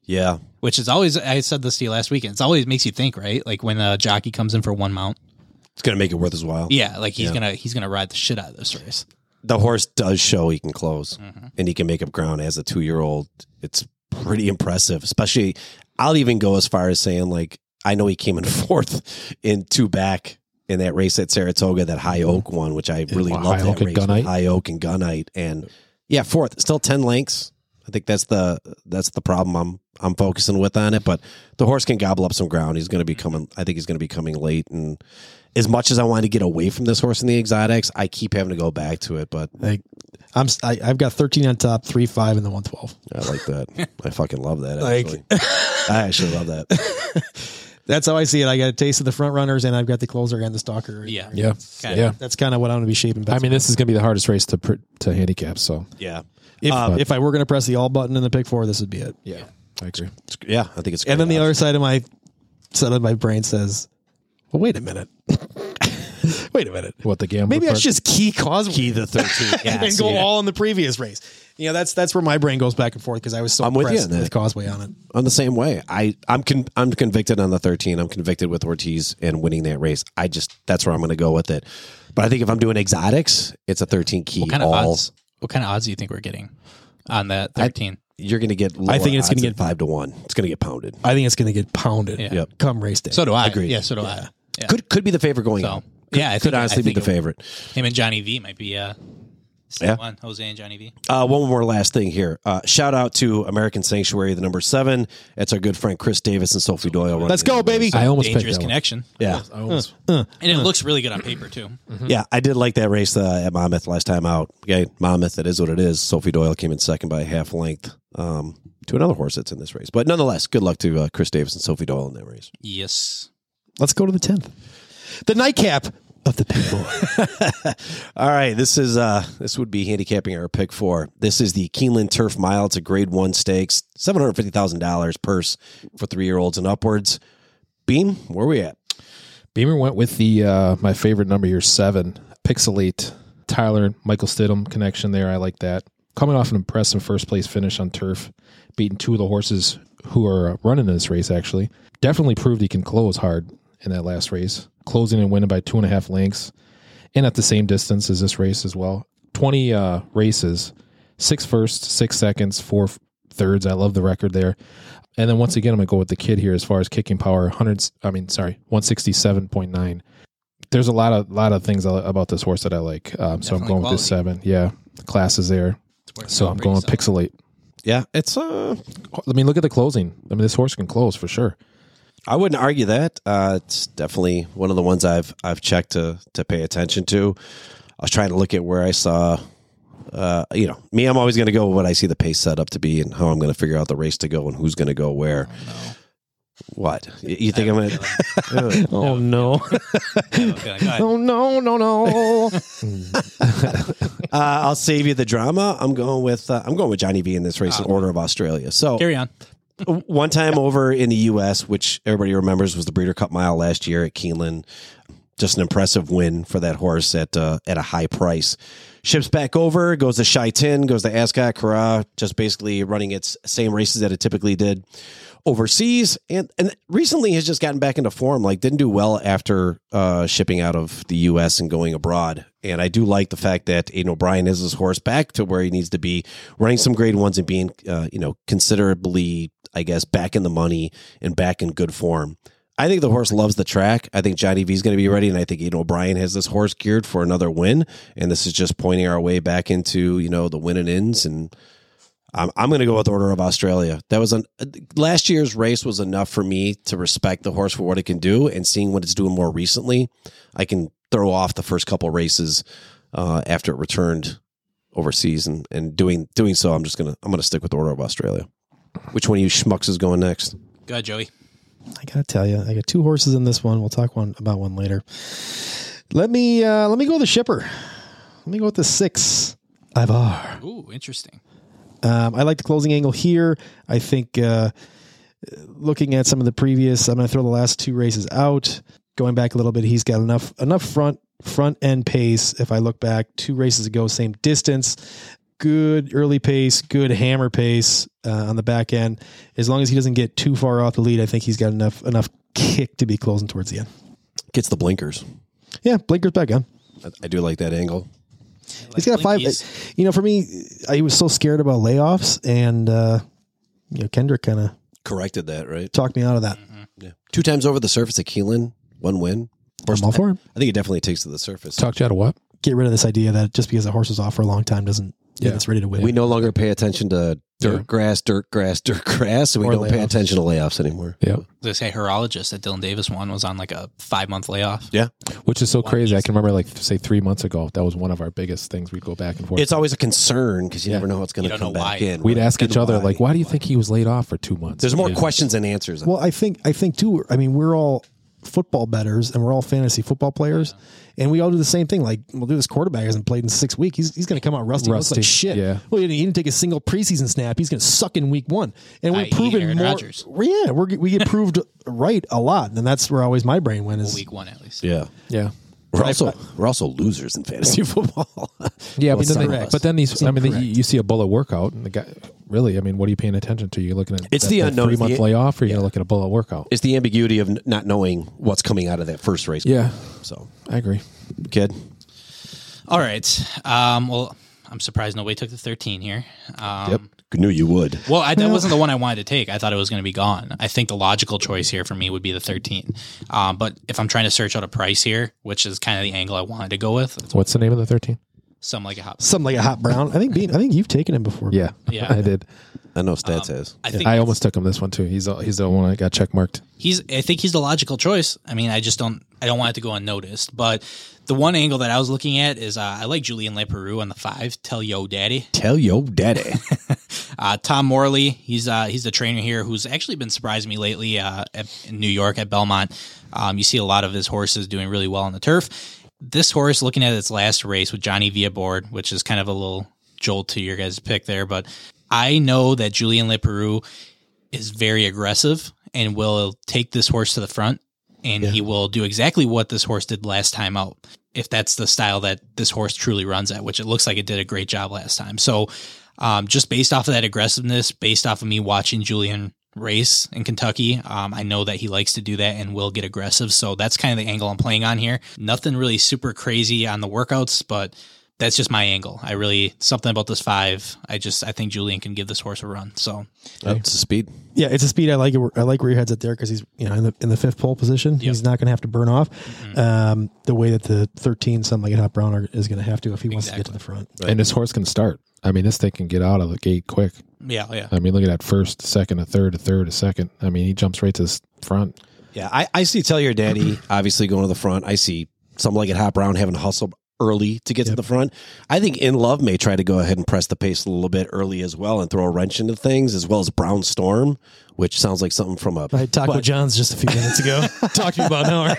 Speaker 3: Yeah,
Speaker 4: which is always I said this to you last weekend. It's always makes you think, right? Like when a jockey comes in for one mount,
Speaker 3: it's gonna make it worth his while.
Speaker 4: yeah, like he's gonna he's gonna ride the shit out of this race.
Speaker 3: The horse does show he can close and he can make up ground as a two year old. It's pretty impressive, especially. I'll even go as far as saying like I know he came in fourth in two back in that race at Saratoga, that High Oak one, which I really
Speaker 2: High
Speaker 3: love.
Speaker 2: Oak
Speaker 3: That
Speaker 2: and
Speaker 3: race with
Speaker 2: Gunite.
Speaker 3: High Oak and Gunite, and yeah, fourth, still ten lengths. I think that's the that's the problem I'm I'm focusing with on it. But the horse can gobble up some ground. He's going to be
Speaker 1: Mm-hmm.
Speaker 3: coming. I think he's going to be coming late. And as much as I want to get away from this horse in the exotics, I keep having to go back to it. But
Speaker 1: Like I'm, si I've got thirteen on top, three five, and the one twelve.
Speaker 3: I like that. I fucking love that.
Speaker 1: Like-
Speaker 3: Actually, I actually love that.
Speaker 1: That's how I see it. I got a taste of the front runners, and I've got the closer and the stalker.
Speaker 4: Yeah,
Speaker 2: yeah,
Speaker 4: Kinda.
Speaker 2: yeah.
Speaker 1: that's kind of what I'm going to be shaping.
Speaker 2: I
Speaker 1: bets
Speaker 2: mean, this is gonna be the hardest race to pr- to handicap. So
Speaker 3: Yeah,
Speaker 1: If,
Speaker 3: Uh,
Speaker 1: if I were going to press the all button in the pick four, this would be it.
Speaker 2: yeah, I agree.
Speaker 3: It's- yeah. I think it's.
Speaker 1: And then the
Speaker 3: great.
Speaker 1: other side of my side of my brain says, "Well, wait a minute, wait a minute.
Speaker 2: What the gambler?
Speaker 1: Maybe I
Speaker 2: part?
Speaker 1: should just key Causeway
Speaker 3: key the thirteen. Yeah,
Speaker 1: and go all in the previous race." You know, that's that's where my brain goes back and forth because I was so
Speaker 3: I'm with you
Speaker 1: impressed
Speaker 3: on that.
Speaker 1: with Causeway on it.
Speaker 3: I'm the same way. I I'm con- I'm convicted on the 13. I'm convicted with Ortiz and winning that race. I just that's where I'm going to go with it. But I think if I'm doing exotics, it's a 13 key
Speaker 4: What kind of
Speaker 3: all.
Speaker 4: odds? What kind of odds do you think we're getting on that thirteen?
Speaker 3: You're going to get.
Speaker 1: I think it's gonna get-
Speaker 3: five to one. It's going to get pounded.
Speaker 1: I think it's going to get pounded.
Speaker 4: Yeah.
Speaker 3: Yep.
Speaker 1: Come race day.
Speaker 4: So do I.
Speaker 3: Agreed.
Speaker 4: Yeah, so do I. Yeah.
Speaker 3: Could could be the favorite going.
Speaker 4: So,
Speaker 3: out.
Speaker 4: yeah, I
Speaker 3: could,
Speaker 4: think-
Speaker 3: could honestly
Speaker 4: I
Speaker 3: be
Speaker 4: think
Speaker 3: the
Speaker 4: it-
Speaker 3: favorite.
Speaker 4: Him and Johnny V might be uh,
Speaker 3: Yeah.
Speaker 4: yeah. one Jose and Johnny V.
Speaker 3: Uh, one more last thing here. Uh, shout out to American Sanctuary, the number seven. That's our good friend Chris Davis and Sophie Doyle.
Speaker 1: Let's go, baby.
Speaker 2: I almost picked
Speaker 4: Dangerous
Speaker 2: that one.
Speaker 4: connection,
Speaker 3: Yeah,
Speaker 2: I almost.
Speaker 4: and it looks really good on paper too.
Speaker 2: Mm-hmm.
Speaker 3: Yeah, I did like that race uh, at Monmouth last time out. Okay, Monmouth, it is what it is. Sophie Doyle came in second by a half length um, to another horse that's in this race. But nonetheless, good luck to uh, Chris Davis and Sophie Doyle in that race.
Speaker 4: Yes.
Speaker 1: Let's go to the tenth, the nightcap of the pick four.
Speaker 3: All right, this is uh, this would be handicapping our pick four. This is the Keeneland Turf Mile. It's a Grade One stakes, seven hundred fifty thousand dollars purse for three year olds and upwards. Beam, where we at?
Speaker 2: Beamer went with the uh, my favorite number here seven, Pixelate. Tyler Michael Stidham connection there. I like that. Coming off an impressive first place finish on turf, beating two of the horses who are running in this race. Actually, definitely proved he can close hard in that last race, closing and winning by two and a half lengths, and at the same distance as this race as well. Twenty uh, races, six firsts, six seconds, four thirds. I love the record there. And then once again, I'm gonna go with the kid here as far as kicking power. Hundreds, I mean, sorry, one sixty seven point nine. There's a lot of lot of things I- about this horse that I like. Um, so I'm
Speaker 4: Definitely
Speaker 2: going with this seven. Yeah, the class is there.
Speaker 4: It's worth
Speaker 2: So
Speaker 4: it.
Speaker 2: I'm
Speaker 4: Pretty
Speaker 2: going
Speaker 4: solid.
Speaker 2: pixelate.
Speaker 3: Yeah, it's uh,
Speaker 2: I mean, look at the closing. I mean, this horse can close for sure.
Speaker 3: I wouldn't argue that. Uh, it's definitely one of the ones I've I've checked to to pay attention to. I was trying to look at where I saw. Uh, you know, me, I'm always going to go with what I see the pace set up to be and how I'm going to figure out the race to go and who's going to go where. What you you think I'm going to?
Speaker 1: oh no!
Speaker 4: Okay, go ahead.
Speaker 1: Oh no! No no!
Speaker 3: uh, I'll save you the drama. I'm going with uh, I'm going with Johnny V in this race in order of Australia. So
Speaker 4: Carry on.
Speaker 3: one time over in the U.S., which everybody remembers was the Breeder Cup Mile last year at Keeneland. just an impressive win for that horse at uh, at a high price. Ships back over, goes to Shy Tin, goes to Ascot, Corral, just basically running its same races that it typically did overseas, and and recently has just gotten back into form. Like didn't do well after uh, shipping out of the U.S. and going abroad. And I do like the fact that Aiden O'Brien is his horse back to where he needs to be, running some grade ones and being uh, you know considerably, I guess, back in the money and back in good form. I think the horse loves the track. I think Johnny V's going to be ready, and I think Aiden O'Brien has this horse geared for another win. And this is just pointing our way back into you know the win and ins. And I'm I'm going to go with Order of Australia. That was an uh, last year's race was enough for me to respect the horse for what it can do, and seeing what it's doing more recently, I can throw off the first couple races uh, after it returned overseas, and and doing doing so, I'm just gonna I'm gonna stick with Order of Australia. Which one of you schmucks is going next?
Speaker 4: Go ahead, Joey.
Speaker 1: I gotta tell you, I got two horses in this one. We'll talk one about one later. Let me uh, let me go with the shipper. Let me go with the six. Ivar.
Speaker 4: Ooh, interesting.
Speaker 1: Um, I like the closing angle here. I think uh, looking at some of the previous, I'm going to throw the last two races out. Going back a little bit, he's got enough enough front front end pace. If I look back two races ago, same distance, good early pace, good hammer pace uh, on the back end. As long as he doesn't get too far off the lead, I think he's got enough enough kick to be closing towards the end.
Speaker 3: Gets the blinkers.
Speaker 1: Yeah, blinkers back on.
Speaker 3: I, I do like that angle.
Speaker 1: He's got a five.
Speaker 4: Blinkies.
Speaker 1: You know, for me, I was so scared about layoffs, and uh, you know, Kendrick kind of
Speaker 3: Corrected that, right?
Speaker 1: talked me out of that.
Speaker 3: Yeah. Two times over the surface at Keelan, one win.
Speaker 1: I'm all for him.
Speaker 3: I think it definitely takes to the surface.
Speaker 2: Talked you out of what?
Speaker 1: Get rid of this idea that just because a horse is off for a long time doesn't yeah.
Speaker 2: Yeah.
Speaker 1: it's ready to win.
Speaker 3: We no longer pay attention to dirt
Speaker 2: Yeah.
Speaker 3: grass, dirt grass, dirt grass, and we
Speaker 1: Or
Speaker 3: don't pay
Speaker 1: layoffs.
Speaker 3: attention to layoffs anymore.
Speaker 2: Yeah.
Speaker 4: They say horologist that Dylan Davis won was on like a five month layoff.
Speaker 2: Which is so crazy. I can remember, like, say three months ago, that was one of our biggest things. We'd go back and forth.
Speaker 3: It's always a concern because you
Speaker 2: Yeah.
Speaker 3: never know how it's going
Speaker 4: You
Speaker 3: to
Speaker 4: don't
Speaker 3: come
Speaker 4: know
Speaker 3: back
Speaker 4: why.
Speaker 3: in.
Speaker 2: We'd
Speaker 3: right?
Speaker 2: ask each
Speaker 3: And
Speaker 2: other,
Speaker 3: why.
Speaker 2: like, why do you think he was laid off for two months?
Speaker 3: There's more
Speaker 2: Yeah.
Speaker 3: questions than answers.
Speaker 1: well, I think I think too. I mean, we're all football betters and we're all fantasy football players, and we all do the same thing. Like, well, dude, this quarterback hasn't played in six weeks. He's, he's going to come out rusty. He looks
Speaker 2: Rusty,
Speaker 1: like shit.
Speaker 2: yeah.
Speaker 1: Well, he didn't, he didn't take a single preseason snap. He's going to suck in week one, and we're
Speaker 4: I.e.
Speaker 1: proven
Speaker 4: Aaron
Speaker 1: more.
Speaker 4: Rodgers.
Speaker 1: Yeah, we're, we get proved right a lot, and that's where always my brain went is
Speaker 4: Week one at least.
Speaker 3: yeah.
Speaker 2: Yeah.
Speaker 3: We're also we're also losers in fantasy football.
Speaker 2: Yeah, but
Speaker 3: some
Speaker 2: then,
Speaker 3: of
Speaker 2: they,
Speaker 3: us.
Speaker 2: but then these, I mean, you, you see a bullet workout, and the guy, really, I mean, what are you paying attention to? You're looking at
Speaker 3: It's the unknown.
Speaker 2: three month
Speaker 3: The-
Speaker 2: layoff, or you're looking at a bullet workout.
Speaker 3: it's the ambiguity of n- not knowing what's coming out of that first race.
Speaker 2: Yeah,
Speaker 3: So,
Speaker 2: I agree.
Speaker 3: kid,
Speaker 4: All right. Um, well, I'm surprised nobody took the 13 here. Um,
Speaker 3: knew you would.
Speaker 4: Well, I, that wasn't the one I wanted to take. I thought it was going to be gone. I think the logical choice here for me would be the 13. Um, but if I'm trying to search out a price here, which is kind of the angle I wanted to go with, it's
Speaker 2: What's the name of the 13?
Speaker 4: some like a hop.
Speaker 1: something like a hot brown. I think Bean, I think you've taken him before.
Speaker 2: Yeah,
Speaker 4: Yeah.
Speaker 2: I did.
Speaker 3: I know stats has.
Speaker 4: I think
Speaker 2: I almost took him this one too. He's the- he's the one I got check marked.
Speaker 4: he's I think he's the logical choice. I mean, I just don't I don't want it to go unnoticed. But the one angle that I was looking at is uh, I like Julian Leperu on the five. Tell yo, daddy.
Speaker 3: Tell yo daddy.
Speaker 4: Uh, Tom Morley, he's uh, he's the trainer here who's actually been surprising me lately uh, at, in New York at Belmont. Um, you see a lot of his horses doing really well on the turf. This horse, looking at its last race with Johnny Via board, which is kind of a little jolt to your guys' pick there, but I know that Julian Leperu is very aggressive and will take this horse to the front and he will do exactly what this horse did last time out if that's the style that this horse truly runs at which it looks like it did a great job last time so um, just based off of that aggressiveness based off of me watching julian race in kentucky um, i know that he likes to do that and will get aggressive so that's kind of the angle i'm playing on here nothing really super crazy on the workouts but that's just my angle i really something about this five i just i think julian can give this horse a run so
Speaker 3: Up to speed.
Speaker 1: yeah, it's a speed I like. it. I like where your head's at there because he's you know in the in the fifth pole position. He's not going to have to burn off
Speaker 3: Mm-hmm.
Speaker 1: um, the way that the thirteen something like a hot brown are, is going to have to if he wants to get to the front.
Speaker 2: And this horse can start. I mean, this thing can get out of the gate quick.
Speaker 4: yeah yeah
Speaker 2: I mean, look at that first, second, a third, a third, a second. I mean, he jumps right to the s- front.
Speaker 3: Yeah, I, I see Tell Your Daddy obviously going to the front. I see something like it Hop Brown having to hustle early to get to the front. I think In Love may try to go ahead and press the pace a little bit early as well and throw a wrench into things, as well as Brown Storm, which sounds like something from a.
Speaker 1: I had Taco
Speaker 3: But-
Speaker 1: John's just a few minutes ago. Talked to you about an hour.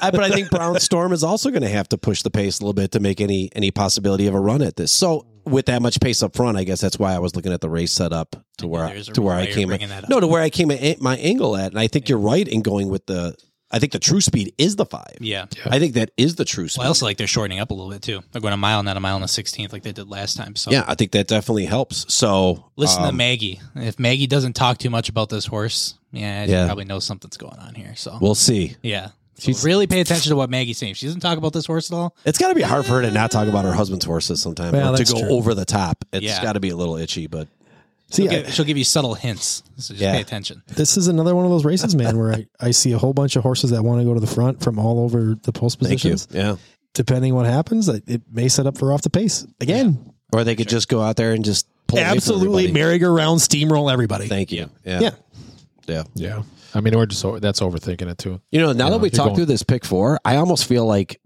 Speaker 3: I, but I think Brown Storm is also going to have to push the pace a little bit to make any any possibility of a run at this. So with that much pace up front, I guess that's why I was looking at the race setup to where I,
Speaker 4: there's a
Speaker 3: to where I
Speaker 4: reason why you're
Speaker 3: came
Speaker 4: bringing that
Speaker 3: at,
Speaker 4: up.
Speaker 3: no to where I came at my angle at, and I think you're right in going with the I think the true speed is the five.
Speaker 4: Yeah.
Speaker 3: I think that is the true speed.
Speaker 4: Well, I also like they're shortening up a little bit too. They're going a mile, not a mile and a sixteenth, like they did last time. So
Speaker 3: yeah, I think that definitely helps. So
Speaker 4: listen
Speaker 3: um,
Speaker 4: to Maggie. If Maggie doesn't talk too much about this horse, yeah, she
Speaker 3: Yeah.
Speaker 4: probably knows something's going on here. So
Speaker 3: We'll see.
Speaker 4: yeah, so really pay attention to what Maggie's saying. If she doesn't talk about this horse at all,
Speaker 3: It's got to be hard for her to not talk about her husband's horses sometimes
Speaker 1: Well,
Speaker 3: or to
Speaker 1: that's
Speaker 3: go
Speaker 1: true.
Speaker 3: over the top. It's
Speaker 4: Yeah.
Speaker 3: got to be a little itchy, but
Speaker 1: See,
Speaker 4: she'll,
Speaker 1: I,
Speaker 4: give, she'll give you subtle hints. So just
Speaker 3: Yeah.
Speaker 4: pay attention.
Speaker 1: this is another one of those races, man, where I, I see a whole bunch of horses that want to go to the front from all over the post
Speaker 3: thank you.
Speaker 1: positions.
Speaker 3: Yeah.
Speaker 1: Depending what happens, it it may set up for off the pace again.
Speaker 3: Or they could just go out there and just pull away from
Speaker 1: Absolutely,
Speaker 3: everybody.
Speaker 1: merry-go-round, steamroll everybody.
Speaker 3: Thank you. Yeah.
Speaker 1: Yeah.
Speaker 3: Yeah.
Speaker 2: Yeah. I mean, or just o- that's overthinking it too.
Speaker 3: You know, now that
Speaker 2: if
Speaker 3: we
Speaker 2: you're
Speaker 3: talked
Speaker 2: going-
Speaker 3: through this pick four, I almost feel like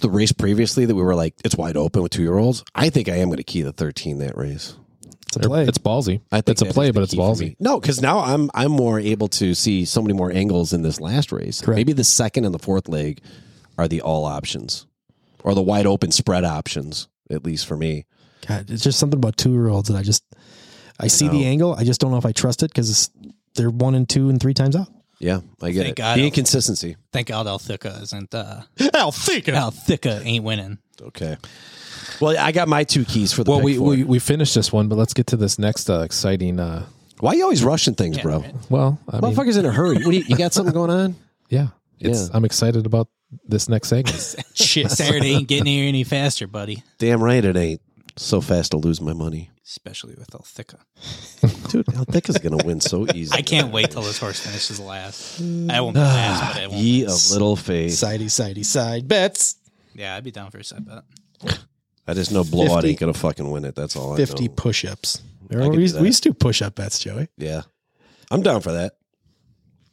Speaker 3: the race previously that we were like, it's wide open with two year olds. I think I am going to key the 13 that race.
Speaker 1: It's a play.
Speaker 2: It's ballsy.
Speaker 3: I think
Speaker 2: It's a
Speaker 3: that
Speaker 2: play,
Speaker 3: is the
Speaker 2: but it's
Speaker 3: key for
Speaker 2: ballsy.
Speaker 3: me. No, because now I'm I'm more able to see so many more angles in this last race.
Speaker 1: Correct.
Speaker 3: Maybe the second and the fourth leg are the all options, or the wide open spread options, at least for me.
Speaker 1: God, it's just something about two-year-olds that I just I see
Speaker 3: No.
Speaker 1: the angle. I just don't know if I trust it because they're one and two and three times out.
Speaker 3: Yeah, I get
Speaker 4: Thank
Speaker 3: it.
Speaker 4: God.
Speaker 3: the inconsistency.
Speaker 4: Thank God Althicka isn't. uh Althicka, Althicka ain't winning.
Speaker 3: Okay. Well, I got my two keys for the
Speaker 2: Well,
Speaker 3: pick
Speaker 2: we,
Speaker 3: four.
Speaker 2: we we finished this one, but let's get to this next uh, exciting. Uh,
Speaker 3: Why are you always rushing things, bro?
Speaker 2: well, I mean,
Speaker 3: Motherfucker's in a hurry. What do you, you got something going on?
Speaker 2: yeah, it's, I'm excited about this next segment.
Speaker 4: Shit, Saturday ain't getting here any faster, buddy.
Speaker 3: Damn right it ain't. So fast to lose my money.
Speaker 4: Especially with Althicka.
Speaker 3: Dude, Althicka's going to win so easy.
Speaker 4: I can't wait till this horse finishes last. I won't be last, but I won't.
Speaker 3: Ye of little faith.
Speaker 1: Sidey, sidey, side bets.
Speaker 4: Yeah, I'd be down for a side bet.
Speaker 3: I just know blowout
Speaker 1: 50
Speaker 3: ain't going to fucking win it. That's all I
Speaker 1: 50
Speaker 3: know.
Speaker 1: push-ups.
Speaker 3: can
Speaker 1: Remember,
Speaker 3: do
Speaker 1: we, used-
Speaker 3: that.
Speaker 1: we used to do push-up bets, Joey.
Speaker 3: Yeah. I'm down for that.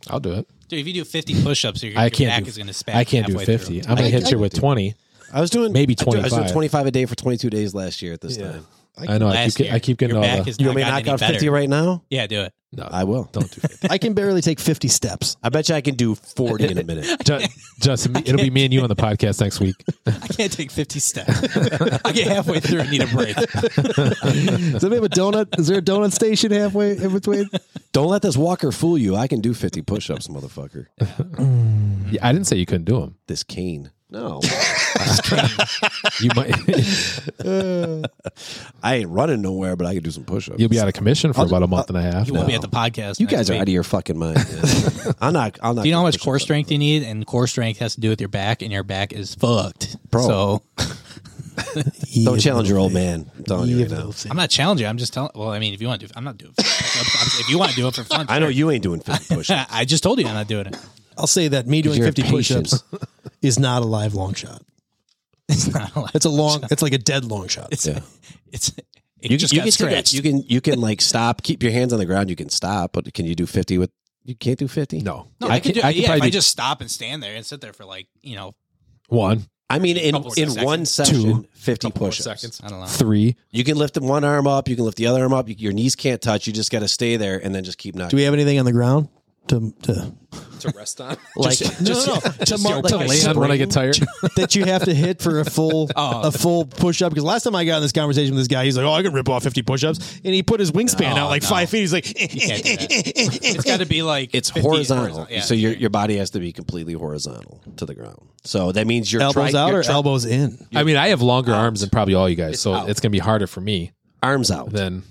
Speaker 2: I'll do it.
Speaker 4: Dude, if you do 50 push ups, your, your
Speaker 2: I can't.
Speaker 4: back
Speaker 2: do,
Speaker 4: is going to span.
Speaker 2: I can't do 50. I'm gonna
Speaker 3: I-
Speaker 2: hit
Speaker 3: I
Speaker 2: you
Speaker 3: can
Speaker 2: with
Speaker 3: do
Speaker 2: 20.
Speaker 3: I was doing
Speaker 2: Maybe
Speaker 3: I do- I was doing
Speaker 2: 25.
Speaker 3: 25 a day for 22 days last year at this time.
Speaker 2: I know. I keep,
Speaker 4: Last
Speaker 2: get-
Speaker 4: year,
Speaker 2: I keep getting
Speaker 4: your
Speaker 2: all
Speaker 4: back
Speaker 2: the.
Speaker 4: is
Speaker 3: You
Speaker 4: not
Speaker 3: want me to
Speaker 4: gotten
Speaker 3: knock
Speaker 4: any
Speaker 3: out 50
Speaker 4: better.
Speaker 3: right now?
Speaker 4: Yeah, do it.
Speaker 3: I will.
Speaker 2: Don't do 50.
Speaker 1: I can barely take 50 steps.
Speaker 3: I bet you I can do 40 in a minute.
Speaker 2: Ju- Justin, it'll be me and you on the podcast next week.
Speaker 4: I can't take 50 steps. I get halfway through and need a break.
Speaker 1: Does anybody have a donut? Is there a donut station halfway in between?
Speaker 3: Don't let this walker fool you. I can do 50 push ups, motherfucker.
Speaker 2: Yeah, I didn't say you couldn't do them.
Speaker 3: This cane. No.
Speaker 2: You might.
Speaker 3: I ain't running nowhere, but I can do some push ups.
Speaker 2: you'll be out of commission for about a month and a half.
Speaker 4: You won't be at the podcast.
Speaker 3: You
Speaker 4: next
Speaker 3: guys are
Speaker 4: week.
Speaker 3: out of your fucking mind. man. I'm not. I'm not.
Speaker 4: Do you know how much
Speaker 3: push-ups
Speaker 4: core
Speaker 3: up.
Speaker 4: strength you need? And core strength has to do with your back, and your back is fucked.
Speaker 3: Bro.
Speaker 4: So
Speaker 3: Don't challenge your old man. I'm telling you right now.
Speaker 4: I'm not challenging. I'm just telling. Well, I mean, if you want to do, I'm not doing. It if you want to do it for fun,
Speaker 3: I know
Speaker 4: sure.
Speaker 3: you ain't doing 50 push ups.
Speaker 4: I just told you I'm not doing it.
Speaker 1: I'll say that me doing
Speaker 3: You're
Speaker 1: 50
Speaker 3: patient.
Speaker 1: push-ups is not a live long shot.
Speaker 4: It's not a lot.
Speaker 1: It's a long. It's like a dead long shot.
Speaker 4: It's
Speaker 3: Yeah.
Speaker 4: it's it
Speaker 3: You
Speaker 4: just
Speaker 3: you
Speaker 4: got
Speaker 3: can take a-
Speaker 4: scratched.
Speaker 3: You can you can like stop, keep your hands on the ground. You can stop, but can you do 50 with? You can't do 50.
Speaker 2: No,
Speaker 4: no,
Speaker 2: I,
Speaker 4: I, could
Speaker 2: can.
Speaker 4: do.
Speaker 2: I can
Speaker 4: yeah, if
Speaker 2: probably
Speaker 4: I
Speaker 2: do
Speaker 4: just stop and stand there and sit there for like you know
Speaker 2: one,
Speaker 3: I mean in
Speaker 4: Couple
Speaker 3: in
Speaker 4: seconds.
Speaker 3: one session, 50
Speaker 2: couple more
Speaker 3: push ups.
Speaker 2: seconds.
Speaker 4: I don't know.
Speaker 2: three.
Speaker 3: You can lift one arm up. You can lift the other arm up. You- Your knees can't touch. You just got to stay there and then just keep
Speaker 1: Do
Speaker 3: knocking.
Speaker 1: we have anything on the ground to to
Speaker 3: to rest on? Like
Speaker 1: no, no, no. to mark
Speaker 2: Like lay on when I get tired.
Speaker 1: that you have to hit for a full
Speaker 4: Oh.
Speaker 1: a full push up? Because last time I got in this conversation with this guy, he's like, "Oh, I can rip off 50 push ups," and he put his wingspan
Speaker 4: No,
Speaker 3: Oh,
Speaker 1: out like
Speaker 4: no.
Speaker 1: five feet. He's like,
Speaker 4: can't do that. It's got to be like
Speaker 3: it's
Speaker 4: 50
Speaker 3: horizontal.
Speaker 4: Yeah.
Speaker 3: So your your body has to be completely horizontal to the ground. So that means your
Speaker 1: elbows
Speaker 3: tri-
Speaker 1: out
Speaker 3: your
Speaker 1: or
Speaker 3: tri-
Speaker 1: elbows in?
Speaker 2: I mean, I have longer arms than probably all you guys, so
Speaker 3: out.
Speaker 2: it's gonna be harder for me
Speaker 3: arms out.
Speaker 2: than.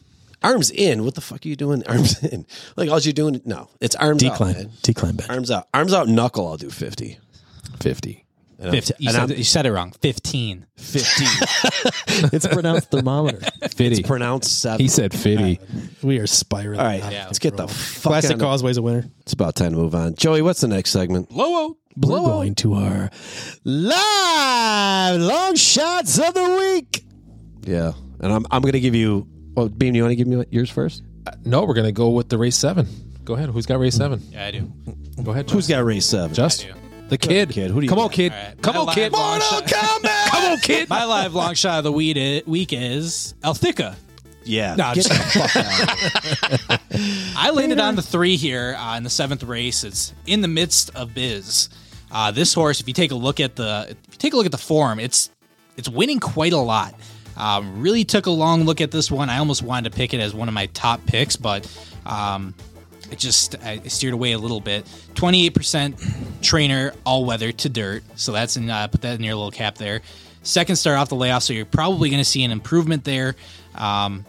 Speaker 3: arms in. What the fuck are you doing? Arms in. Like all you're doing. No, it's arms out.
Speaker 1: Decline,
Speaker 3: man.
Speaker 1: decline back.
Speaker 3: Arms out. Arms out. Knuckle. I'll do fifty.
Speaker 2: 50.
Speaker 3: And I'm-
Speaker 4: 50, you,
Speaker 3: and
Speaker 4: said,
Speaker 3: I'm
Speaker 4: you said it wrong. Fifteen.
Speaker 3: 15.
Speaker 1: It's pronounced thermometer.
Speaker 2: 50.
Speaker 3: pronounced seven.
Speaker 2: He said 50.
Speaker 1: We are spiraling.
Speaker 3: All right,
Speaker 1: out of
Speaker 3: let's get the
Speaker 1: control.
Speaker 3: fuck out
Speaker 1: Classic
Speaker 3: of-
Speaker 1: Causeway's a winner.
Speaker 3: It's about time to move on. Joey, what's the next segment?
Speaker 4: Blowout.
Speaker 1: We're going to our live long shots of the week.
Speaker 3: Yeah, and I'm I'm gonna give you. Well, Beam, you want to give me yours first?
Speaker 2: No, we're going to go with the race seven. Go ahead. Who's got race seven?
Speaker 4: Yeah, I do.
Speaker 2: Go ahead.
Speaker 3: Who's got race seven?
Speaker 2: Just
Speaker 4: I
Speaker 2: the kid.
Speaker 3: Kid, who do you
Speaker 2: Come
Speaker 3: got?
Speaker 2: on, kid.
Speaker 4: All right.
Speaker 2: Come
Speaker 4: My
Speaker 2: on, kid.
Speaker 4: live long
Speaker 2: Mortal
Speaker 4: shot.
Speaker 2: Kombat. Come on, kid.
Speaker 4: My live long shot of the weed i- week is Althicka.
Speaker 3: yeah.
Speaker 4: Nah,
Speaker 3: Get
Speaker 4: just-
Speaker 3: the fuck out.
Speaker 4: I landed on the three here uh, in the seventh race. It's in the midst of biz. Uh, this horse, if you take a look at the if you take a look at the form, it's it's winning quite a lot. Um, really took a long look at this one. I almost wanted to pick it as one of my top picks, but um, I just I steered away a little bit. Twenty eight percent trainer all weather to dirt, so that's in uh, put that in your little cap there. Second start off the layoff, so you're probably going to see an improvement there. Um,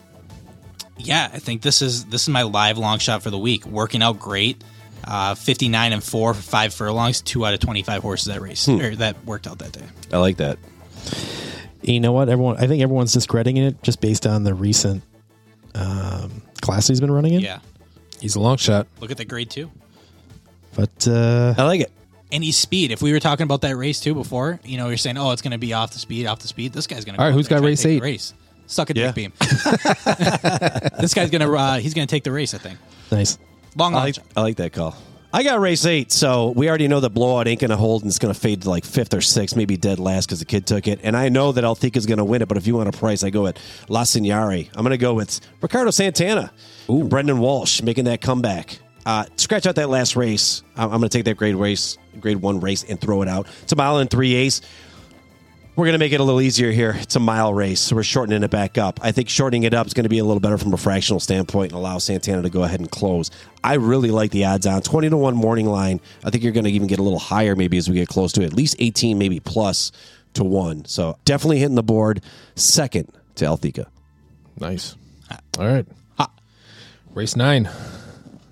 Speaker 4: yeah, I think this is this is my live long shot for the week. Working out great. Uh, 59 and 4 for 5 furlongs, 2 out of 25 horses that race or that worked out that day.
Speaker 3: I like that.
Speaker 1: you know what everyone i think everyone's discrediting it just based on the recent um, class he's been running in
Speaker 4: Yeah.
Speaker 2: He's a long shot.
Speaker 4: Look at the grade 2.
Speaker 1: but uh,
Speaker 3: I like it.
Speaker 4: And he's speed. If we were talking about that race too before, you know, you're saying, "Oh, it's going to be off the speed, off the speed." This guy's going to
Speaker 2: All right, who's got race eight?
Speaker 4: Race. Suck a
Speaker 3: Yeah.
Speaker 4: dick beam. this guy's going to uh, he's going to take the race, I think.
Speaker 1: nice
Speaker 4: Long
Speaker 3: I
Speaker 4: long
Speaker 3: like,
Speaker 4: shot.
Speaker 3: I like that call. I got race eight, so we already know the blowout ain't going to hold and it's going to fade to like fifth or sixth, maybe dead last because the kid took it. And I know that Althica's going to win it, but if you want a price, I go at La Signari. I'm going to go with Ricardo Santana, and Brendan Walsh making that comeback. Uh, scratch out that last race. I- I'm going to take that grade race, grade one race, and throw it out. It's a mile and three eighths. We're going to make it a little easier here. It's a mile race, so we're shortening it back up. I think shortening it up is going to be a little better from a fractional standpoint and allow Santana to go ahead and close. I really like the odds on 20 to 1 morning line. I think you're going to even get a little higher maybe as we get close to it, at least 18, maybe plus to 1. So definitely hitting the board second to Althika.
Speaker 2: Nice. All right. Race nine.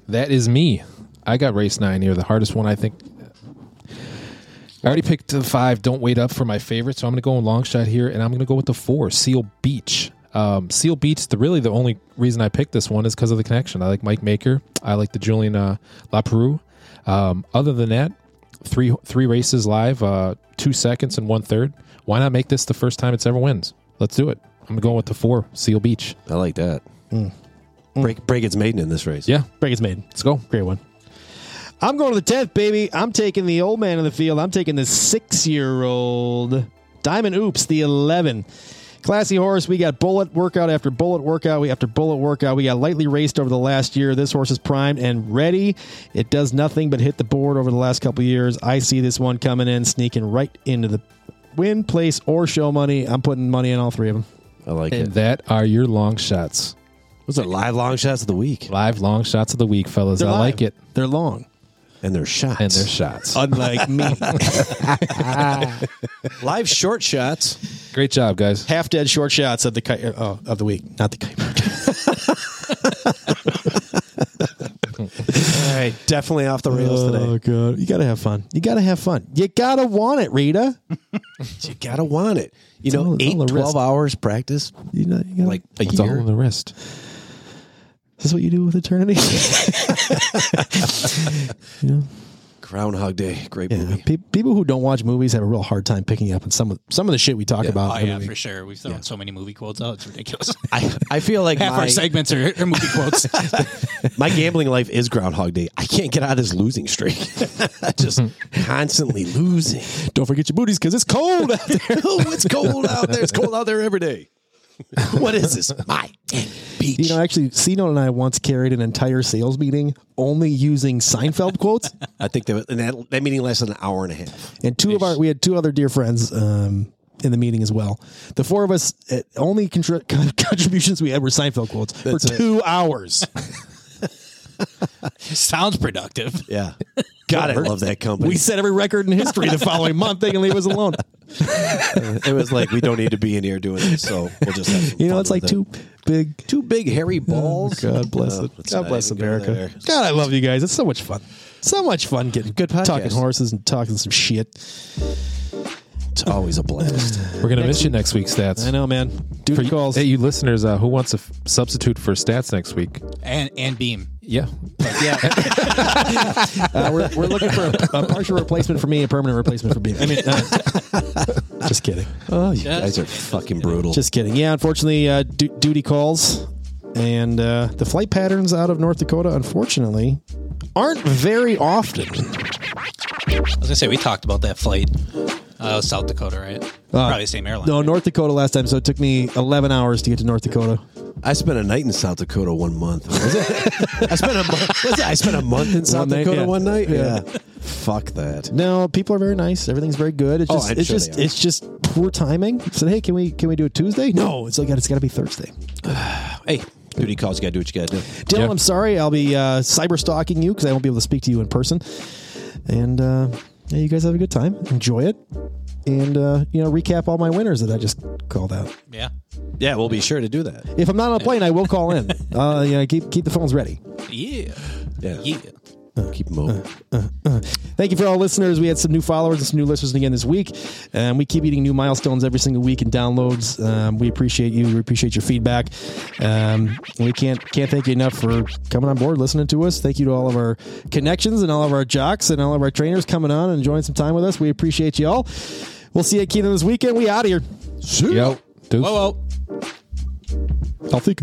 Speaker 2: That is me. I got race nine here. The hardest one, I think. I already picked the five. Don't wait up for my favorite. So I'm going to go in long shot here, and I'm going to go with the four. Seal Beach. Um, Seal Beach. The really the only reason I picked this one is because of the connection. I like Mike Maker. I like the Julian uh, Laperoux. Um, other than that, three three races live, uh, two seconds and one third. Why not make this the first time it's ever wins? Let's do it. I'm going with the four. Seal Beach.
Speaker 3: I like that.
Speaker 1: Hmm.
Speaker 3: Break break its maiden in this race.
Speaker 2: Yeah,
Speaker 1: break is made
Speaker 2: let's go.
Speaker 1: great one
Speaker 5: I'm going to the 10th, baby. I'm taking the old man in the field. I'm taking the six year old Diamond Oops, the 11. Classy horse. We got bullet workout after bullet workout. We after bullet workout. We got lightly raced over the last year. This horse is primed and ready. It does nothing but hit the board over the last couple of years. I see this one coming in, sneaking right into the win, place, or show money. I'm putting money in all three of them.
Speaker 3: I like
Speaker 2: And
Speaker 3: it.
Speaker 2: that are your long shots.
Speaker 3: Those are live long shots of the week.
Speaker 2: Live long shots of the week, fellas. I like it.
Speaker 1: they're long
Speaker 3: And they're shots.
Speaker 2: And they're
Speaker 1: Uh,
Speaker 2: shots.
Speaker 1: unlike me
Speaker 3: live short shots.
Speaker 2: Great job, guys.
Speaker 1: half dead short shots of the ki- oh, of the week not the Kuiper.
Speaker 3: All right. Definitely off the rails
Speaker 1: oh
Speaker 3: today.
Speaker 1: god you gotta have fun you gotta have fun you gotta want it rita
Speaker 3: You gotta want it. You
Speaker 1: all-
Speaker 3: know,
Speaker 1: it's
Speaker 3: eight,
Speaker 1: all a
Speaker 3: 12
Speaker 1: risk.
Speaker 3: hours practice,
Speaker 1: you know you gotta,
Speaker 3: like a
Speaker 2: It's all
Speaker 3: year.
Speaker 2: in the wrist.
Speaker 1: is this what you do with eternity you know
Speaker 3: Groundhog Day, great
Speaker 1: Yeah, pe- people who don't watch movies have a real hard time picking up on some of some of the shit we talk about.
Speaker 4: Oh
Speaker 1: every
Speaker 4: yeah,
Speaker 1: week.
Speaker 4: for sure. We've thrown so many movie quotes out; it's ridiculous.
Speaker 3: I, I feel like
Speaker 4: Half our
Speaker 3: my,
Speaker 4: segments are, are movie quotes.
Speaker 3: my gambling life is Groundhog Day. I can't get out of this losing streak. Just constantly losing.
Speaker 1: Don't forget your booties because it's cold out there.
Speaker 3: oh, it's cold out there. It's cold out there every day. What is this? My dang beach.
Speaker 1: You know, actually, C-Note and I once carried an entire sales meeting only using Seinfeld quotes,
Speaker 3: I think that, and that, that meeting lasted an hour and a half.
Speaker 1: and two of our we had two other dear friends um, in the meeting as well. The four of us uh, only contri- con- contributions we had were Seinfeld quotes for two hours.
Speaker 4: Sounds productive.
Speaker 3: Yeah. God, I love that company.
Speaker 1: We set every record in history the following month. They can leave us alone.
Speaker 3: it was like, we don't need to be in here doing this, so we'll just have some
Speaker 1: You know,
Speaker 3: fun
Speaker 1: it's like
Speaker 3: with
Speaker 1: two
Speaker 3: it. Oh,
Speaker 1: big.
Speaker 3: Two big hairy balls.
Speaker 1: God bless it.
Speaker 3: let's
Speaker 1: God
Speaker 3: not
Speaker 1: bless
Speaker 3: even go
Speaker 1: America.
Speaker 3: there.
Speaker 1: God, I love you guys. It's so much fun. So much fun getting
Speaker 3: Good podcast.
Speaker 1: talking horses and talking some shit.
Speaker 3: It's always a blast.
Speaker 2: We're gonna miss you next week, stats.
Speaker 1: I know, man. Duty
Speaker 2: For-
Speaker 1: calls.
Speaker 2: Hey, you listeners, uh, who wants a f- substitute for stats next week?
Speaker 4: And and beam.
Speaker 2: Yeah,
Speaker 1: Uh, we're, we're looking for a, a partial replacement for me, a permanent replacement for Beam. I mean, uh, just kidding.
Speaker 3: Oh, you guys are fucking brutal.
Speaker 1: Just kidding. Yeah, unfortunately, uh, du- duty calls and uh, the flight patterns out of North Dakota, unfortunately, aren't very often.
Speaker 4: I was gonna say we talked about that flight. Uh, it was South Dakota, right? Probably the same airline.
Speaker 1: Uh, No, North Dakota last time, so it took me 11 hours to get to North Dakota.
Speaker 3: I spent a night in South Dakota one month. Was it? I spent a month. Was it? I spent a month in South
Speaker 1: night,
Speaker 3: Dakota
Speaker 1: yeah.
Speaker 3: one night.
Speaker 1: Yeah.
Speaker 3: Yeah. Fuck that.
Speaker 1: No, people are very nice. Everything's very good. It's
Speaker 3: Oh,
Speaker 1: just,
Speaker 3: I'm
Speaker 1: it's
Speaker 3: sure
Speaker 1: just,
Speaker 3: they are.
Speaker 1: it's just poor timing. I said, hey, can we, can we do it Tuesday? No, it's like it's got to be Thursday.
Speaker 3: Hey, Duty calls. You got to do what you got to do.
Speaker 1: Dylan,
Speaker 2: Yeah.
Speaker 1: I'm sorry. I'll be uh, cyber stalking you because I won't be able to speak to you in person. And uh, yeah, you guys have a good time. Enjoy it. And, uh, you know, recap all my winners that I just called out.
Speaker 4: Yeah.
Speaker 3: Yeah, we'll be sure to do that.
Speaker 1: If I'm not on a plane, I will call in. Uh, you know, keep, keep the phones ready.
Speaker 4: Yeah.
Speaker 3: Yeah,
Speaker 4: Yeah.
Speaker 3: keep them open.
Speaker 1: Thank you for all listeners. We had some new followers and some new listeners again this week. And we keep eating new milestones every single week and downloads. Um, we appreciate you. We appreciate your feedback. Um, we can't can't thank you enough for coming on board, listening to us. Thank you to all of our connections and all of our jocks and all of our trainers coming on and enjoying some time with us. We appreciate you all. We'll see you at Keenan this weekend. We out of here.
Speaker 2: Yep. Deuce.
Speaker 4: Whoa, whoa.
Speaker 1: I'll think.